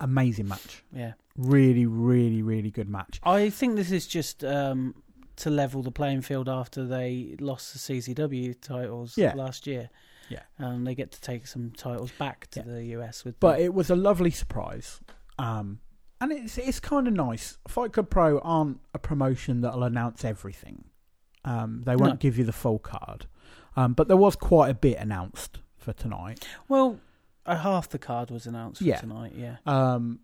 [SPEAKER 3] amazing match.
[SPEAKER 2] Yeah.
[SPEAKER 3] Really, really, really good match.
[SPEAKER 2] I think this is just um, to level the playing field after they lost the CCW titles
[SPEAKER 3] Yeah.
[SPEAKER 2] last year.
[SPEAKER 3] Yeah.
[SPEAKER 2] Um, they get to take some titles back to the US with
[SPEAKER 3] But
[SPEAKER 2] them.
[SPEAKER 3] it was a lovely surprise. Um, and it's it's kind of nice. Fight Club Pro aren't a promotion that'll announce everything. Um, they won't
[SPEAKER 2] No.
[SPEAKER 3] give you the full card. Um, but there was quite a bit announced for tonight.
[SPEAKER 2] well, uh, half the card was announced for
[SPEAKER 3] Yeah.
[SPEAKER 2] tonight, yeah.
[SPEAKER 3] Um,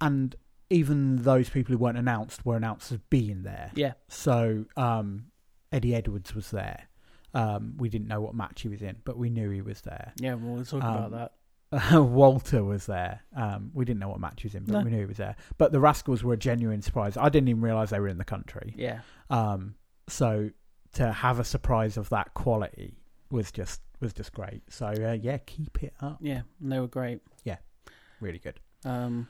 [SPEAKER 3] and even those people who weren't announced were announced as being there.
[SPEAKER 2] Yeah.
[SPEAKER 3] So um, Eddie Edwards was there. Um, we didn't know what match he was in, but we knew he was there.
[SPEAKER 2] Yeah, well, we'll talk
[SPEAKER 3] Um,
[SPEAKER 2] about that.
[SPEAKER 3] Walter was there. Um, we didn't know what match he was in, but
[SPEAKER 2] No.
[SPEAKER 3] we knew he was there. But the Rascals were a genuine surprise. I didn't even realise they were in the country.
[SPEAKER 2] Yeah.
[SPEAKER 3] Um, so to have a surprise of that quality was just was just great. So uh, yeah, keep it up.
[SPEAKER 2] Yeah, and they were great.
[SPEAKER 3] Really good.
[SPEAKER 2] Um,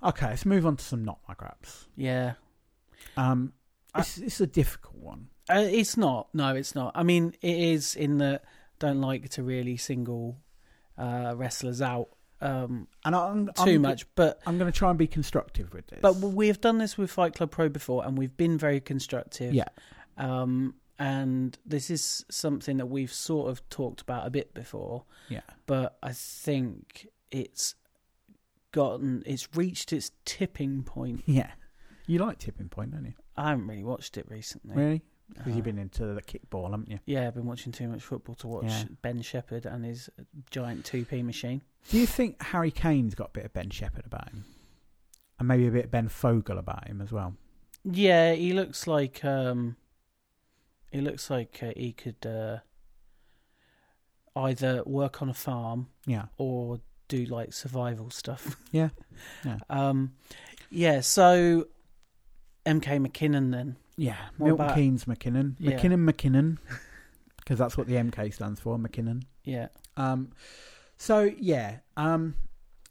[SPEAKER 3] Okay, let's move on to some not my graps.
[SPEAKER 2] yeah.
[SPEAKER 3] Um,
[SPEAKER 2] I-
[SPEAKER 3] it's, it's a difficult one.
[SPEAKER 2] Uh, it's not. No, it's not. I mean, it is in that don't like to really single uh, wrestlers out um,
[SPEAKER 3] and I'm, I'm
[SPEAKER 2] too
[SPEAKER 3] go-
[SPEAKER 2] much, but
[SPEAKER 3] I'm going to try and be constructive with this.
[SPEAKER 2] but we've done this with Fight Club Pro before, and we've been very constructive.
[SPEAKER 3] Yeah.
[SPEAKER 2] Um, and this is something that we've sort of talked about a bit before,
[SPEAKER 3] yeah,
[SPEAKER 2] but I think it's gotten it's reached its tipping point.
[SPEAKER 3] yeah, you like tipping point, don't you?
[SPEAKER 2] I haven't really watched it recently.
[SPEAKER 3] Really? Because
[SPEAKER 2] Uh,
[SPEAKER 3] you've been into the kickball, haven't you?
[SPEAKER 2] Yeah, I've been watching too much football to watch
[SPEAKER 3] Yeah.
[SPEAKER 2] Ben Shepherd and his giant 2p machine.
[SPEAKER 3] Do you think Harry Kane's got a bit of Ben Shepherd about him, and maybe a bit of Ben Fogel about him as well?
[SPEAKER 2] Yeah, he looks like um he looks like uh, he could uh either work on a farm
[SPEAKER 3] Yeah,
[SPEAKER 2] or do like survival stuff.
[SPEAKER 3] Yeah. Yeah.
[SPEAKER 2] Um yeah, so MK McKinnon then.
[SPEAKER 3] yeah.
[SPEAKER 2] What
[SPEAKER 3] Milton
[SPEAKER 2] about-
[SPEAKER 3] Keynes McKinnon,
[SPEAKER 2] Yeah.
[SPEAKER 3] McKinnon McKinnon, because that's what the MK stands for, McKinnon.
[SPEAKER 2] Yeah.
[SPEAKER 3] Um, so yeah, um,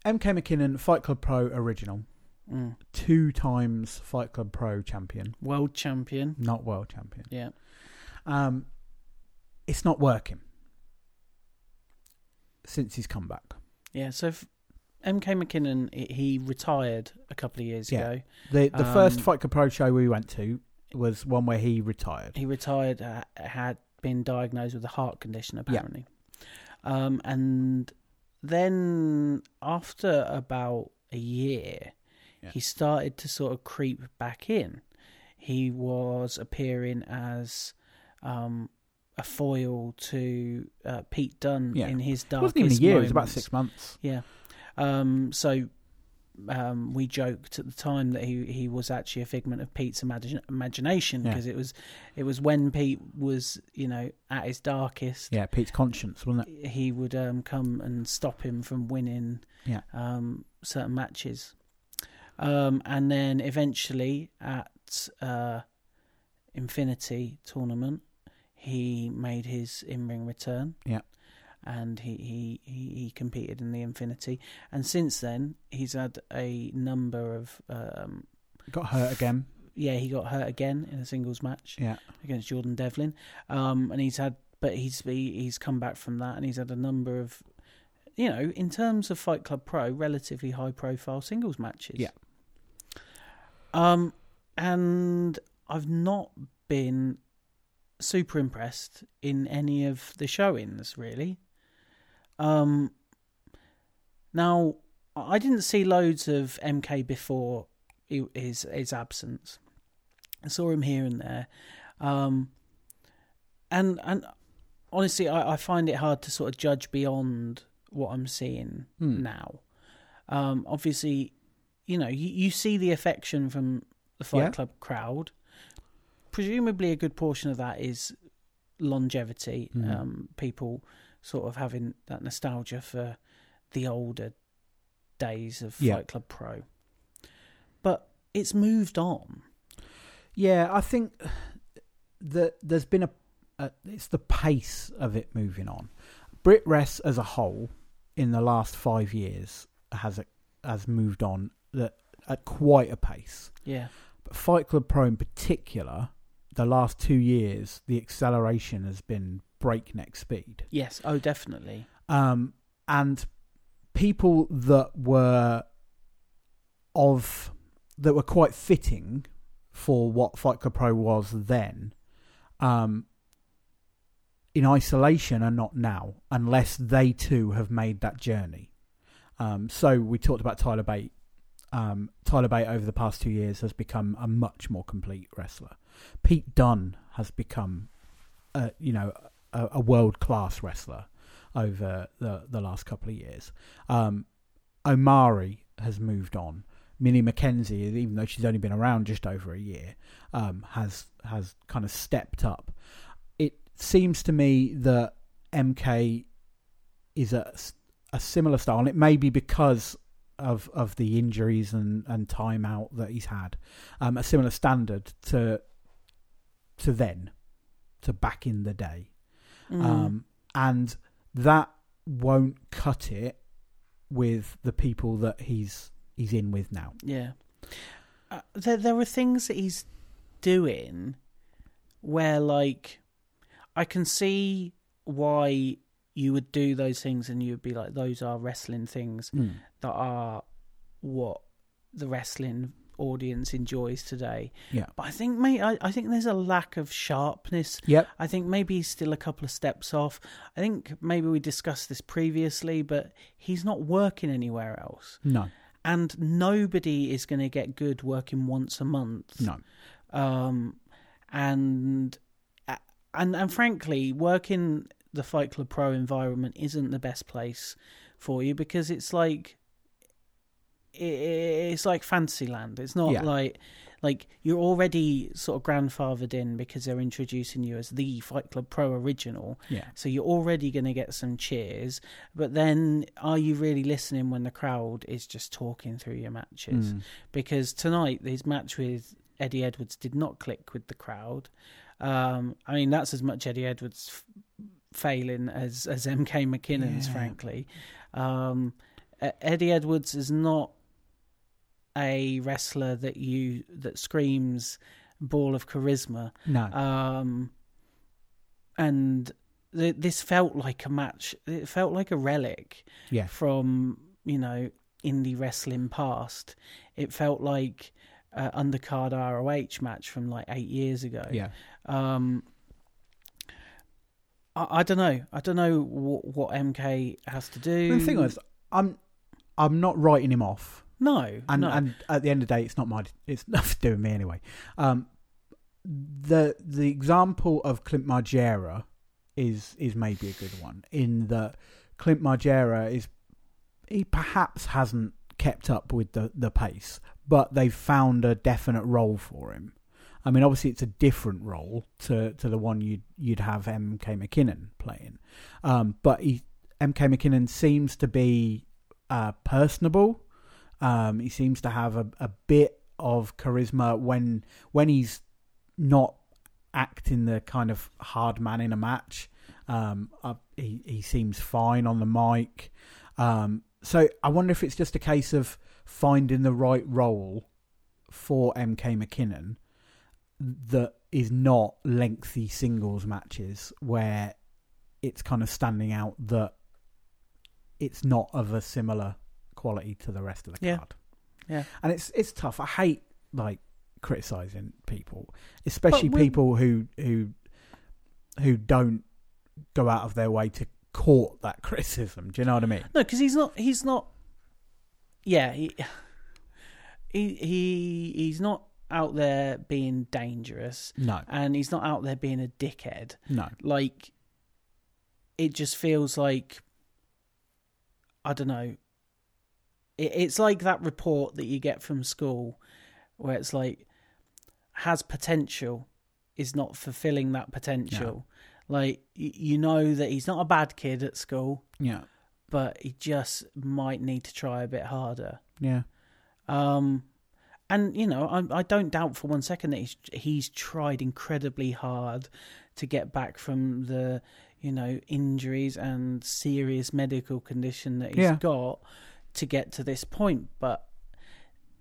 [SPEAKER 3] MK McKinnon, Fight Club Pro original,
[SPEAKER 2] Mm.
[SPEAKER 3] two times Fight Club Pro champion,
[SPEAKER 2] World champion.
[SPEAKER 3] not world champion.
[SPEAKER 2] Yeah.
[SPEAKER 3] Um, it's not working since his comeback.
[SPEAKER 2] Yeah, so if MK McKinnon he- he retired a couple of years
[SPEAKER 3] Yeah.
[SPEAKER 2] ago.
[SPEAKER 3] The the first
[SPEAKER 2] Um,
[SPEAKER 3] Fight Club Pro show we went to was one where he retired.
[SPEAKER 2] He retired uh, had been diagnosed with a heart condition apparently. Um and then after about a year
[SPEAKER 3] Yeah.
[SPEAKER 2] he started to sort of creep back in. He was appearing as um a foil to uh, Pete Dunne
[SPEAKER 3] Yeah.
[SPEAKER 2] in his
[SPEAKER 3] It
[SPEAKER 2] darkest
[SPEAKER 3] wasn't even a year; it was
[SPEAKER 2] moments.
[SPEAKER 3] about six months.
[SPEAKER 2] Yeah. Um, so um, we joked at the time that he, he was actually a figment of Pete's imagine, imagination
[SPEAKER 3] Yeah.
[SPEAKER 2] because it was it was when Pete was you know at his darkest.
[SPEAKER 3] Yeah, Pete's conscience, wasn't it?
[SPEAKER 2] He would um, come and stop him from winning
[SPEAKER 3] Yeah.
[SPEAKER 2] um, certain matches, um, and then eventually at uh, Infinity tournament, he made his in-ring return.
[SPEAKER 3] Yeah.
[SPEAKER 2] And he, he, he, he competed in the Infinity, and since then he's had a number of um,
[SPEAKER 3] Got hurt again.
[SPEAKER 2] yeah he got hurt again in a singles match
[SPEAKER 3] Yeah,
[SPEAKER 2] against Jordan Devlin, um, and he's had but he's he, he's come back from that and he's had a number of you know in terms of Fight Club Pro relatively high profile singles matches.
[SPEAKER 3] Yeah.
[SPEAKER 2] Um, and I've not been super impressed in any of the showings really. Um. Now I didn't see loads of MK before he- his his absence. I saw him here and there, um, and and honestly, I, I find it hard to sort of judge beyond what I'm seeing
[SPEAKER 3] Hmm.
[SPEAKER 2] now. Um, obviously, you know, you, you see the affection from the Fight
[SPEAKER 3] Yeah.
[SPEAKER 2] Club crowd. Presumably, a good portion of that is longevity.
[SPEAKER 3] Mhm.
[SPEAKER 2] Um, people sort of having that nostalgia for the older days of
[SPEAKER 3] Yeah.
[SPEAKER 2] Fight Club Pro. But it's moved on.
[SPEAKER 3] yeah. I think that there's been a, a it's the pace of it moving on. Brit Rest as a whole in the last five years has a, has moved on that at quite a pace.
[SPEAKER 2] Yeah.
[SPEAKER 3] But Fight Club Pro in particular, the last two years, the acceleration has been breakneck speed.
[SPEAKER 2] Yes. Oh, definitely.
[SPEAKER 3] Um, and people that were of that were quite fitting for what Fight Club Pro was then, um, in isolation are not now, unless they too have made that journey. Um, so we talked about Tyler Bate. Um, Tyler Bate over the past two years has become a much more complete wrestler. Pete Dunne has become, a, you know, a, a world class wrestler over the the last couple of years. Um, Omari has moved on. Minnie McKenzie, even though she's only been around just over a year, um, has has kind of stepped up. It seems to me that MK is a, s- a similar style, and it may be because of of the injuries and and time out that he's had, um, a similar standard to to then, to back in the day
[SPEAKER 2] Mm. Mm-hmm.
[SPEAKER 3] um, and that won't cut it with the people that he's he's in with now.
[SPEAKER 2] Yeah. Uh, there, there are things that he's doing where, like, I can see why you would do those things and you would be like, those are wrestling things that are what the wrestling audience enjoys today.
[SPEAKER 3] Yeah.
[SPEAKER 2] But I think, mate, I, I think there's a lack of sharpness
[SPEAKER 3] Yep.
[SPEAKER 2] I think maybe he's still a couple of steps off. I think maybe we discussed this previously, but he's not working anywhere else.
[SPEAKER 3] No.
[SPEAKER 2] And nobody is going to get good working once a month.
[SPEAKER 3] No.
[SPEAKER 2] Um, and, uh, and, and frankly, working the Fight Club Pro environment isn't the best place for you because it's like, i- i- it's like Fantasyland. It's not
[SPEAKER 3] Yeah.
[SPEAKER 2] like like you're already sort of grandfathered in because they're introducing you as the Fight Club Pro original.
[SPEAKER 3] Yeah.
[SPEAKER 2] So you're already going to get some cheers, but then are you really listening when the crowd is just talking through your
[SPEAKER 3] Mm.
[SPEAKER 2] matches? Because tonight his match with Eddie Edwards did not click with the crowd. Um, I mean that's as much Eddie Edwards f- failing as as MK McKinnon's,
[SPEAKER 3] Yeah.
[SPEAKER 2] frankly. Um, E- Eddie Edwards is not a wrestler that you that screams ball of charisma.
[SPEAKER 3] No.
[SPEAKER 2] Um, and th- this felt like a match. It felt like a relic
[SPEAKER 3] yeah.
[SPEAKER 2] from you know indie wrestling past. It felt like uh, undercard ROH match from like eight years ago.
[SPEAKER 3] Yeah.
[SPEAKER 2] Um, I, I don't know. I don't know what, what MK has to do.
[SPEAKER 3] The thing is, I'm I'm not writing him off,
[SPEAKER 2] no,
[SPEAKER 3] and
[SPEAKER 2] no.
[SPEAKER 3] and at the end of the day, it's not my it's not doing me anyway. Um, the the example of Clint Margera is is maybe a good one in that Clint Margera is he perhaps hasn't kept up with the the pace, but they've found a definite role for him. I mean, obviously, it's a different role to, to the one you'd you'd have MK McKinnon playing, um, but he, MK McKinnon seems to be uh, personable. Um, he seems to have a, a bit of charisma when when he's not acting the kind of hard man in a match. Um, uh, he he seems fine on the mic. Um, so I wonder if it's just a case of finding the right role for MK McKinnon that is not lengthy singles matches where it's kind of standing out that it's not of a similar quality to the rest of the
[SPEAKER 2] Yeah.
[SPEAKER 3] card.
[SPEAKER 2] Yeah.
[SPEAKER 3] And it's it's tough. I hate like criticizing people, especially
[SPEAKER 2] But we-
[SPEAKER 3] people who who who don't go out of their way to court that criticism. Do you know what I mean?
[SPEAKER 2] No, because he's not. He's not. Yeah, he, he he he's not out there being dangerous,
[SPEAKER 3] No,
[SPEAKER 2] and he's not out there being a dickhead.
[SPEAKER 3] no,
[SPEAKER 2] Like, it just feels like I don't know. It, it's like that report that you get from school, where it's like has potential, is not fulfilling that potential. Like y- you know that he's not a bad kid at school
[SPEAKER 3] yeah,
[SPEAKER 2] but he just might need to try a bit harder.
[SPEAKER 3] yeah,
[SPEAKER 2] Um, and you know, I, I don't doubt for one second that he's he's tried incredibly hard to get back from the you know injuries and serious medical condition that he's
[SPEAKER 3] Yeah.
[SPEAKER 2] got to get to this point. But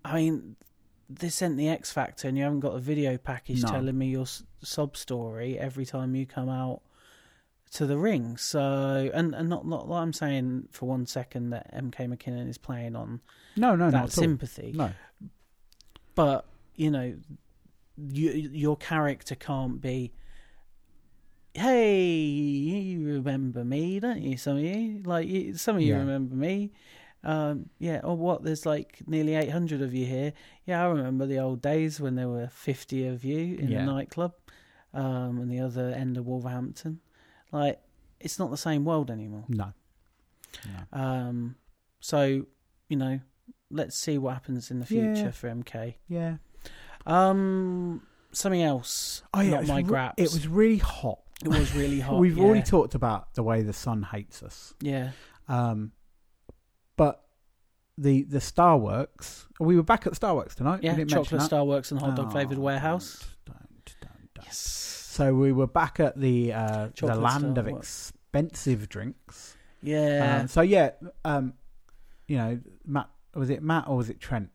[SPEAKER 2] I mean, they sent the X Factor, and you haven't got a video package
[SPEAKER 3] No.
[SPEAKER 2] telling me your s- sob story every time you come out to the ring. So, and and not not that I'm saying for one second that MK McKinnon is playing on
[SPEAKER 3] no, no, not
[SPEAKER 2] that
[SPEAKER 3] at all.
[SPEAKER 2] sympathy,
[SPEAKER 3] No,
[SPEAKER 2] but you know, you, your character can't be. Hey, you remember me, don't you? Some of you, like you, some of you,
[SPEAKER 3] Yeah.
[SPEAKER 2] remember me. Um, yeah. Or what? There's like nearly 800 of you here. Yeah, I remember the old days when there were 50 of you in
[SPEAKER 3] Yeah.
[SPEAKER 2] a nightclub, um, and the other end of Wolverhampton. Like, it's not the same world anymore.
[SPEAKER 3] no, no.
[SPEAKER 2] Um, so you know, let's see what happens in the future
[SPEAKER 3] Yeah.
[SPEAKER 2] for MK.
[SPEAKER 3] Yeah.
[SPEAKER 2] Um, something else.
[SPEAKER 3] Oh, yeah. it
[SPEAKER 2] not
[SPEAKER 3] was
[SPEAKER 2] my
[SPEAKER 3] re-
[SPEAKER 2] graps.
[SPEAKER 3] It was really hot.
[SPEAKER 2] It was really hot.
[SPEAKER 3] We've already
[SPEAKER 2] yeah.
[SPEAKER 3] talked about the way the sun hates us.
[SPEAKER 2] yeah.
[SPEAKER 3] Um, but the the Starworks, we were back at Starworks tonight. we
[SPEAKER 2] Yeah,
[SPEAKER 3] didn't mention
[SPEAKER 2] chocolate
[SPEAKER 3] that.
[SPEAKER 2] Starworks and hot dog flavored
[SPEAKER 3] Oh,
[SPEAKER 2] warehouse.
[SPEAKER 3] Don't, don't, don't, don't.
[SPEAKER 2] Yes.
[SPEAKER 3] So we were back at the uh, the
[SPEAKER 2] Chocolate
[SPEAKER 3] land of
[SPEAKER 2] Starworks.
[SPEAKER 3] expensive drinks.
[SPEAKER 2] Yeah.
[SPEAKER 3] Um, so yeah, um, you know, Matt was it Matt or was it Trent?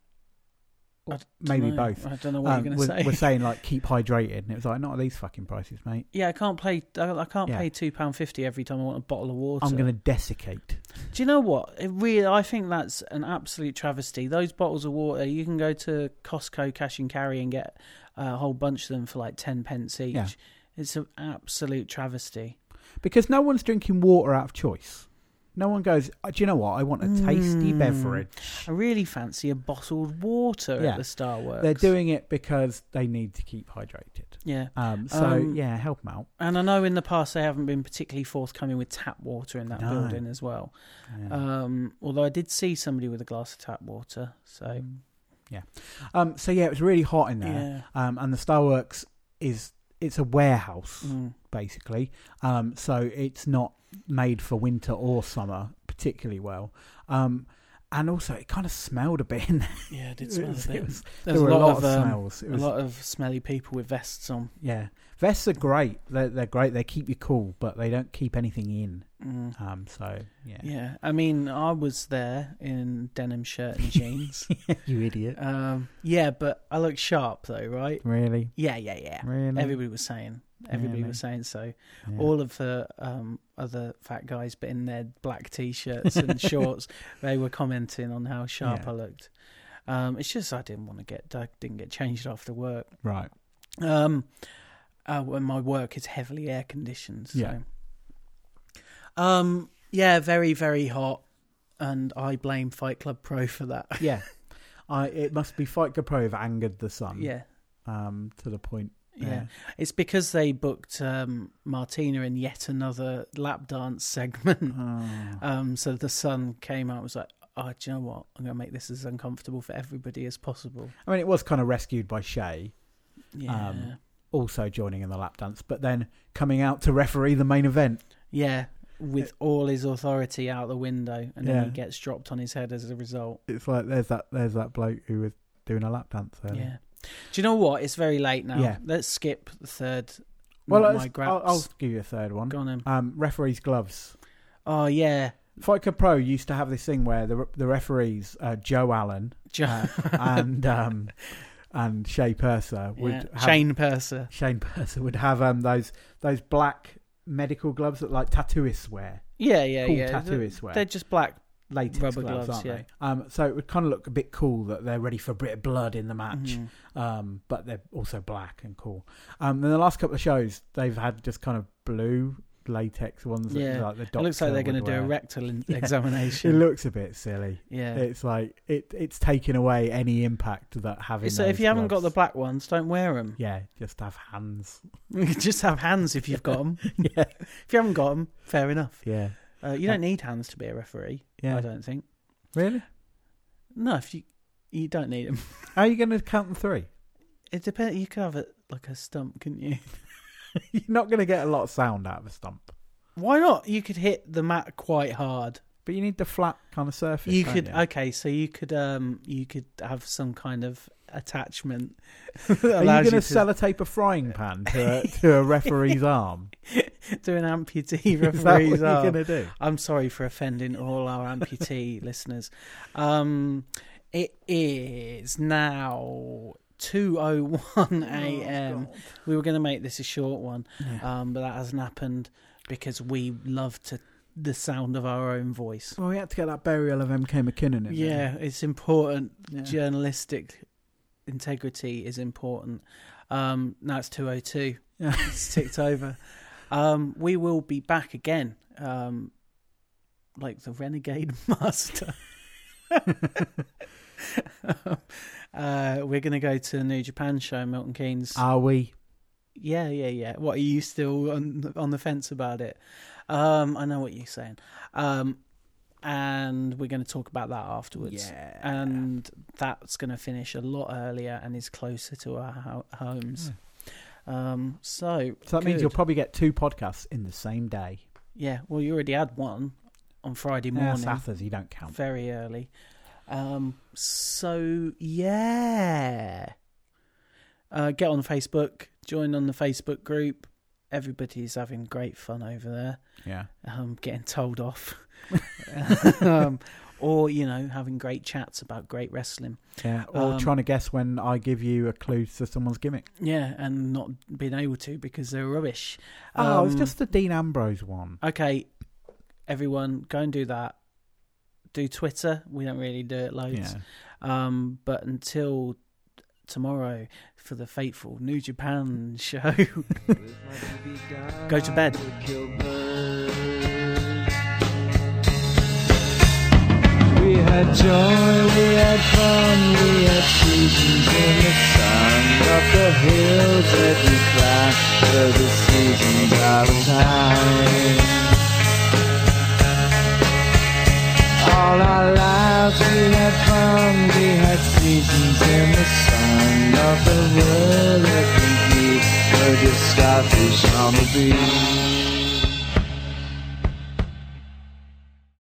[SPEAKER 2] I don't
[SPEAKER 3] Maybe
[SPEAKER 2] know.
[SPEAKER 3] both.
[SPEAKER 2] I don't know what
[SPEAKER 3] Um,
[SPEAKER 2] you're going
[SPEAKER 3] we're,
[SPEAKER 2] to say.
[SPEAKER 3] we're saying like keep hydrated, and it was like not at these fucking prices, mate.
[SPEAKER 2] yeah, I can't play. I, I can't
[SPEAKER 3] Yeah.
[SPEAKER 2] pay two pound fifty every time I want a bottle of water.
[SPEAKER 3] I'm going to desiccate.
[SPEAKER 2] Do you know what? It really, I think that's an absolute travesty. Those bottles of water, you can go to Costco cash and carry and get a whole bunch of them for like ten pence each.
[SPEAKER 3] Yeah.
[SPEAKER 2] It's an absolute travesty.
[SPEAKER 3] Because no one's drinking water out of choice. No one goes, "Oh, do you know what? I want a tasty
[SPEAKER 2] Mm.
[SPEAKER 3] beverage.
[SPEAKER 2] I really fancy a bottled water
[SPEAKER 3] Yeah.
[SPEAKER 2] at the Star Works.
[SPEAKER 3] They're doing it because they need to keep hydrated.
[SPEAKER 2] yeah,
[SPEAKER 3] Um, so,
[SPEAKER 2] Um,
[SPEAKER 3] yeah, help them out.
[SPEAKER 2] and I know in the past they haven't been particularly forthcoming with tap water in that
[SPEAKER 3] No.
[SPEAKER 2] building as well.
[SPEAKER 3] Yeah.
[SPEAKER 2] Um, although I did see somebody with a glass of tap water, so
[SPEAKER 3] yeah. Um, so, yeah, it was really hot in there.
[SPEAKER 2] yeah.
[SPEAKER 3] Um, and the Starworks is, it's a warehouse,
[SPEAKER 2] Mm.
[SPEAKER 3] basically. Um, so it's not made for winter or summer particularly well. Um, and also, it kind of smelled a bit in there.
[SPEAKER 2] Yeah, it did
[SPEAKER 3] It
[SPEAKER 2] smell a
[SPEAKER 3] was- it
[SPEAKER 2] bit.
[SPEAKER 3] was-
[SPEAKER 2] There's
[SPEAKER 3] there were
[SPEAKER 2] a lot, of, um,
[SPEAKER 3] smells. It was
[SPEAKER 2] a lot of smelly people with vests on.
[SPEAKER 3] Yeah, vests are great. They're, they're great. They keep you cool, but they don't keep anything in.
[SPEAKER 2] Mm.
[SPEAKER 3] Um, so yeah,
[SPEAKER 2] Yeah, I mean, I was there in denim shirt and jeans.
[SPEAKER 3] you idiot.
[SPEAKER 2] um, yeah, but I looked sharp though, right?
[SPEAKER 3] Really,
[SPEAKER 2] Yeah, yeah, yeah.
[SPEAKER 3] really.
[SPEAKER 2] Everybody was saying, everybody
[SPEAKER 3] Really?
[SPEAKER 2] was saying so.
[SPEAKER 3] Yeah.
[SPEAKER 2] All of the um, other fat guys, but in their black t-shirts and shorts, they were commenting on how sharp
[SPEAKER 3] Yeah.
[SPEAKER 2] I looked. Um, it's just I didn't want to get I didn't get changed after work.
[SPEAKER 3] right.
[SPEAKER 2] Um, uh, when my work is heavily air conditioned. So.
[SPEAKER 3] Yeah.
[SPEAKER 2] Um. Yeah. Very, very hot, and I blame Fight Club Pro for that.
[SPEAKER 3] Yeah, I. It must be Fight Capro have angered the sun.
[SPEAKER 2] yeah.
[SPEAKER 3] Um, to the point.
[SPEAKER 2] Yeah. It's because they booked um, Martina in yet another lap dance segment.
[SPEAKER 3] Oh.
[SPEAKER 2] Um. So the sun came out. and Was like, oh, do you know what? I'm gonna make this as uncomfortable for everybody as possible.
[SPEAKER 3] I mean, it was kind of rescued by Shay,
[SPEAKER 2] Yeah.
[SPEAKER 3] Um, also joining in the lap dance, but then coming out to referee the main event.
[SPEAKER 2] yeah. With all his authority out the window, and then
[SPEAKER 3] Uh, Yeah.
[SPEAKER 2] he gets dropped on his head as a result.
[SPEAKER 3] It's like there's that there's that bloke who was doing a lap dance. earlier.
[SPEAKER 2] Yeah. Do you know what? It's very late now.
[SPEAKER 3] Yeah.
[SPEAKER 2] Let's skip the third.
[SPEAKER 3] Well,
[SPEAKER 2] not
[SPEAKER 3] let's-
[SPEAKER 2] my graps.
[SPEAKER 3] I'll, I'll give you a third one.
[SPEAKER 2] Go on then.
[SPEAKER 3] Um, referee's gloves.
[SPEAKER 2] Oh yeah,
[SPEAKER 3] Fica Pro used to have this thing where the the referees, uh, Joe Allen
[SPEAKER 2] John,
[SPEAKER 3] uh, and um, and Shay Purser would
[SPEAKER 2] yeah.
[SPEAKER 3] have,
[SPEAKER 2] Shane Purser.
[SPEAKER 3] Shane Purser would have um those those black medical gloves that like tattooists wear,
[SPEAKER 2] Yeah, yeah,
[SPEAKER 3] cool
[SPEAKER 2] yeah.
[SPEAKER 3] tattooists wear,
[SPEAKER 2] They're just black.
[SPEAKER 3] latex
[SPEAKER 2] rubber
[SPEAKER 3] gloves,
[SPEAKER 2] gloves,
[SPEAKER 3] aren't
[SPEAKER 2] yeah.
[SPEAKER 3] they? Um, so it would kind of look a bit cool that they're ready for a bit of blood in the match,
[SPEAKER 2] Mhm.
[SPEAKER 3] um, but they're also black and cool. Um, then the last couple of shows they've had just kind of blue latex ones. That,
[SPEAKER 2] Yeah.
[SPEAKER 3] like the
[SPEAKER 2] It looks like
[SPEAKER 3] doctor
[SPEAKER 2] they're going
[SPEAKER 3] would
[SPEAKER 2] to do a
[SPEAKER 3] wear.
[SPEAKER 2] rectal in-
[SPEAKER 3] Yeah. It
[SPEAKER 2] examination.
[SPEAKER 3] looks a bit silly.
[SPEAKER 2] yeah.
[SPEAKER 3] It's like it it's taken away any impact that having.
[SPEAKER 2] So if
[SPEAKER 3] those
[SPEAKER 2] you haven't got the
[SPEAKER 3] gloves-
[SPEAKER 2] black ones, don't wear them.
[SPEAKER 3] yeah, just have hands.
[SPEAKER 2] just have hands if you've got them.
[SPEAKER 3] yeah,
[SPEAKER 2] If you haven't got them, fair enough.
[SPEAKER 3] yeah,
[SPEAKER 2] Uh, you don't need hands to be a referee.
[SPEAKER 3] yeah.
[SPEAKER 2] I don't think.
[SPEAKER 3] Really?
[SPEAKER 2] No, if you you don't need them.
[SPEAKER 3] How are you going to count them three?
[SPEAKER 2] It depends. You could have a like a stump, couldn't you?
[SPEAKER 3] You're not going to get a lot of sound out of a stump,
[SPEAKER 2] Why not? You could hit the mat quite hard.
[SPEAKER 3] but you need the flat kind of surface.
[SPEAKER 2] you
[SPEAKER 3] don't
[SPEAKER 2] could
[SPEAKER 3] you?
[SPEAKER 2] okay, so you could um you could have some kind of attachment.
[SPEAKER 3] Are you going to sellotape a frying pan to a, to a referee's arm?
[SPEAKER 2] do an amputee
[SPEAKER 3] Is that what
[SPEAKER 2] referee's
[SPEAKER 3] you're
[SPEAKER 2] arm?
[SPEAKER 3] going to do?
[SPEAKER 2] I'm sorry for offending all our amputee listeners. Um, it is now 2:01
[SPEAKER 3] Oh,
[SPEAKER 2] a.m. we were going to make this a short one, um, but that hasn't happened because we love to the sound of our own voice.
[SPEAKER 3] Well, we had to get that burial of M.K. McKinnon in
[SPEAKER 2] Yeah, it's important
[SPEAKER 3] there. Yeah.
[SPEAKER 2] journalistic integrity is important. Um, now it's 202.
[SPEAKER 3] Yeah.
[SPEAKER 2] It's ticked over. Um, we will be back again, um, like the renegade master. uh, we're going to go to the New Japan show, Milton Keynes.
[SPEAKER 3] Are we?
[SPEAKER 2] yeah, yeah, yeah. What are you still on, on the fence about it? Um, I know what you're saying. Um, and we're going to talk about that afterwards.
[SPEAKER 3] Yeah.
[SPEAKER 2] And that's going to finish a lot earlier and is closer to our ho- homes. Um, so,
[SPEAKER 3] so that means
[SPEAKER 2] good.
[SPEAKER 3] you'll probably get two podcasts in the same day.
[SPEAKER 2] yeah. Well, you already had one on Friday
[SPEAKER 3] Now,
[SPEAKER 2] morning,
[SPEAKER 3] Sathers, you don't count.
[SPEAKER 2] very early. Um, so yeah, uh, get on Facebook, join on the Facebook group. Everybody's having great fun over there.
[SPEAKER 3] Yeah.
[SPEAKER 2] um, getting told off, um, or you know, having great chats about great wrestling.
[SPEAKER 3] Yeah. Or
[SPEAKER 2] Um,
[SPEAKER 3] trying to guess when I give you a clue to someone's gimmick.
[SPEAKER 2] Yeah, and not being able to because they're rubbish.
[SPEAKER 3] Oh, it's
[SPEAKER 2] Um,
[SPEAKER 3] just the Dean Ambrose one.
[SPEAKER 2] okay. Everyone, go and do that. Do Twitter. We don't really do it loads.
[SPEAKER 3] Yeah.
[SPEAKER 2] Um, but until tomorrow for the fateful New Japan show, Go to bed.
[SPEAKER 1] We had joy, we had fun, we had seasons in the sun. Up the hills that we climbed, though the seasons out of time. All our lives we had fun, we had seasons in the sun. Of the world that we keep, were just starfish on the beach.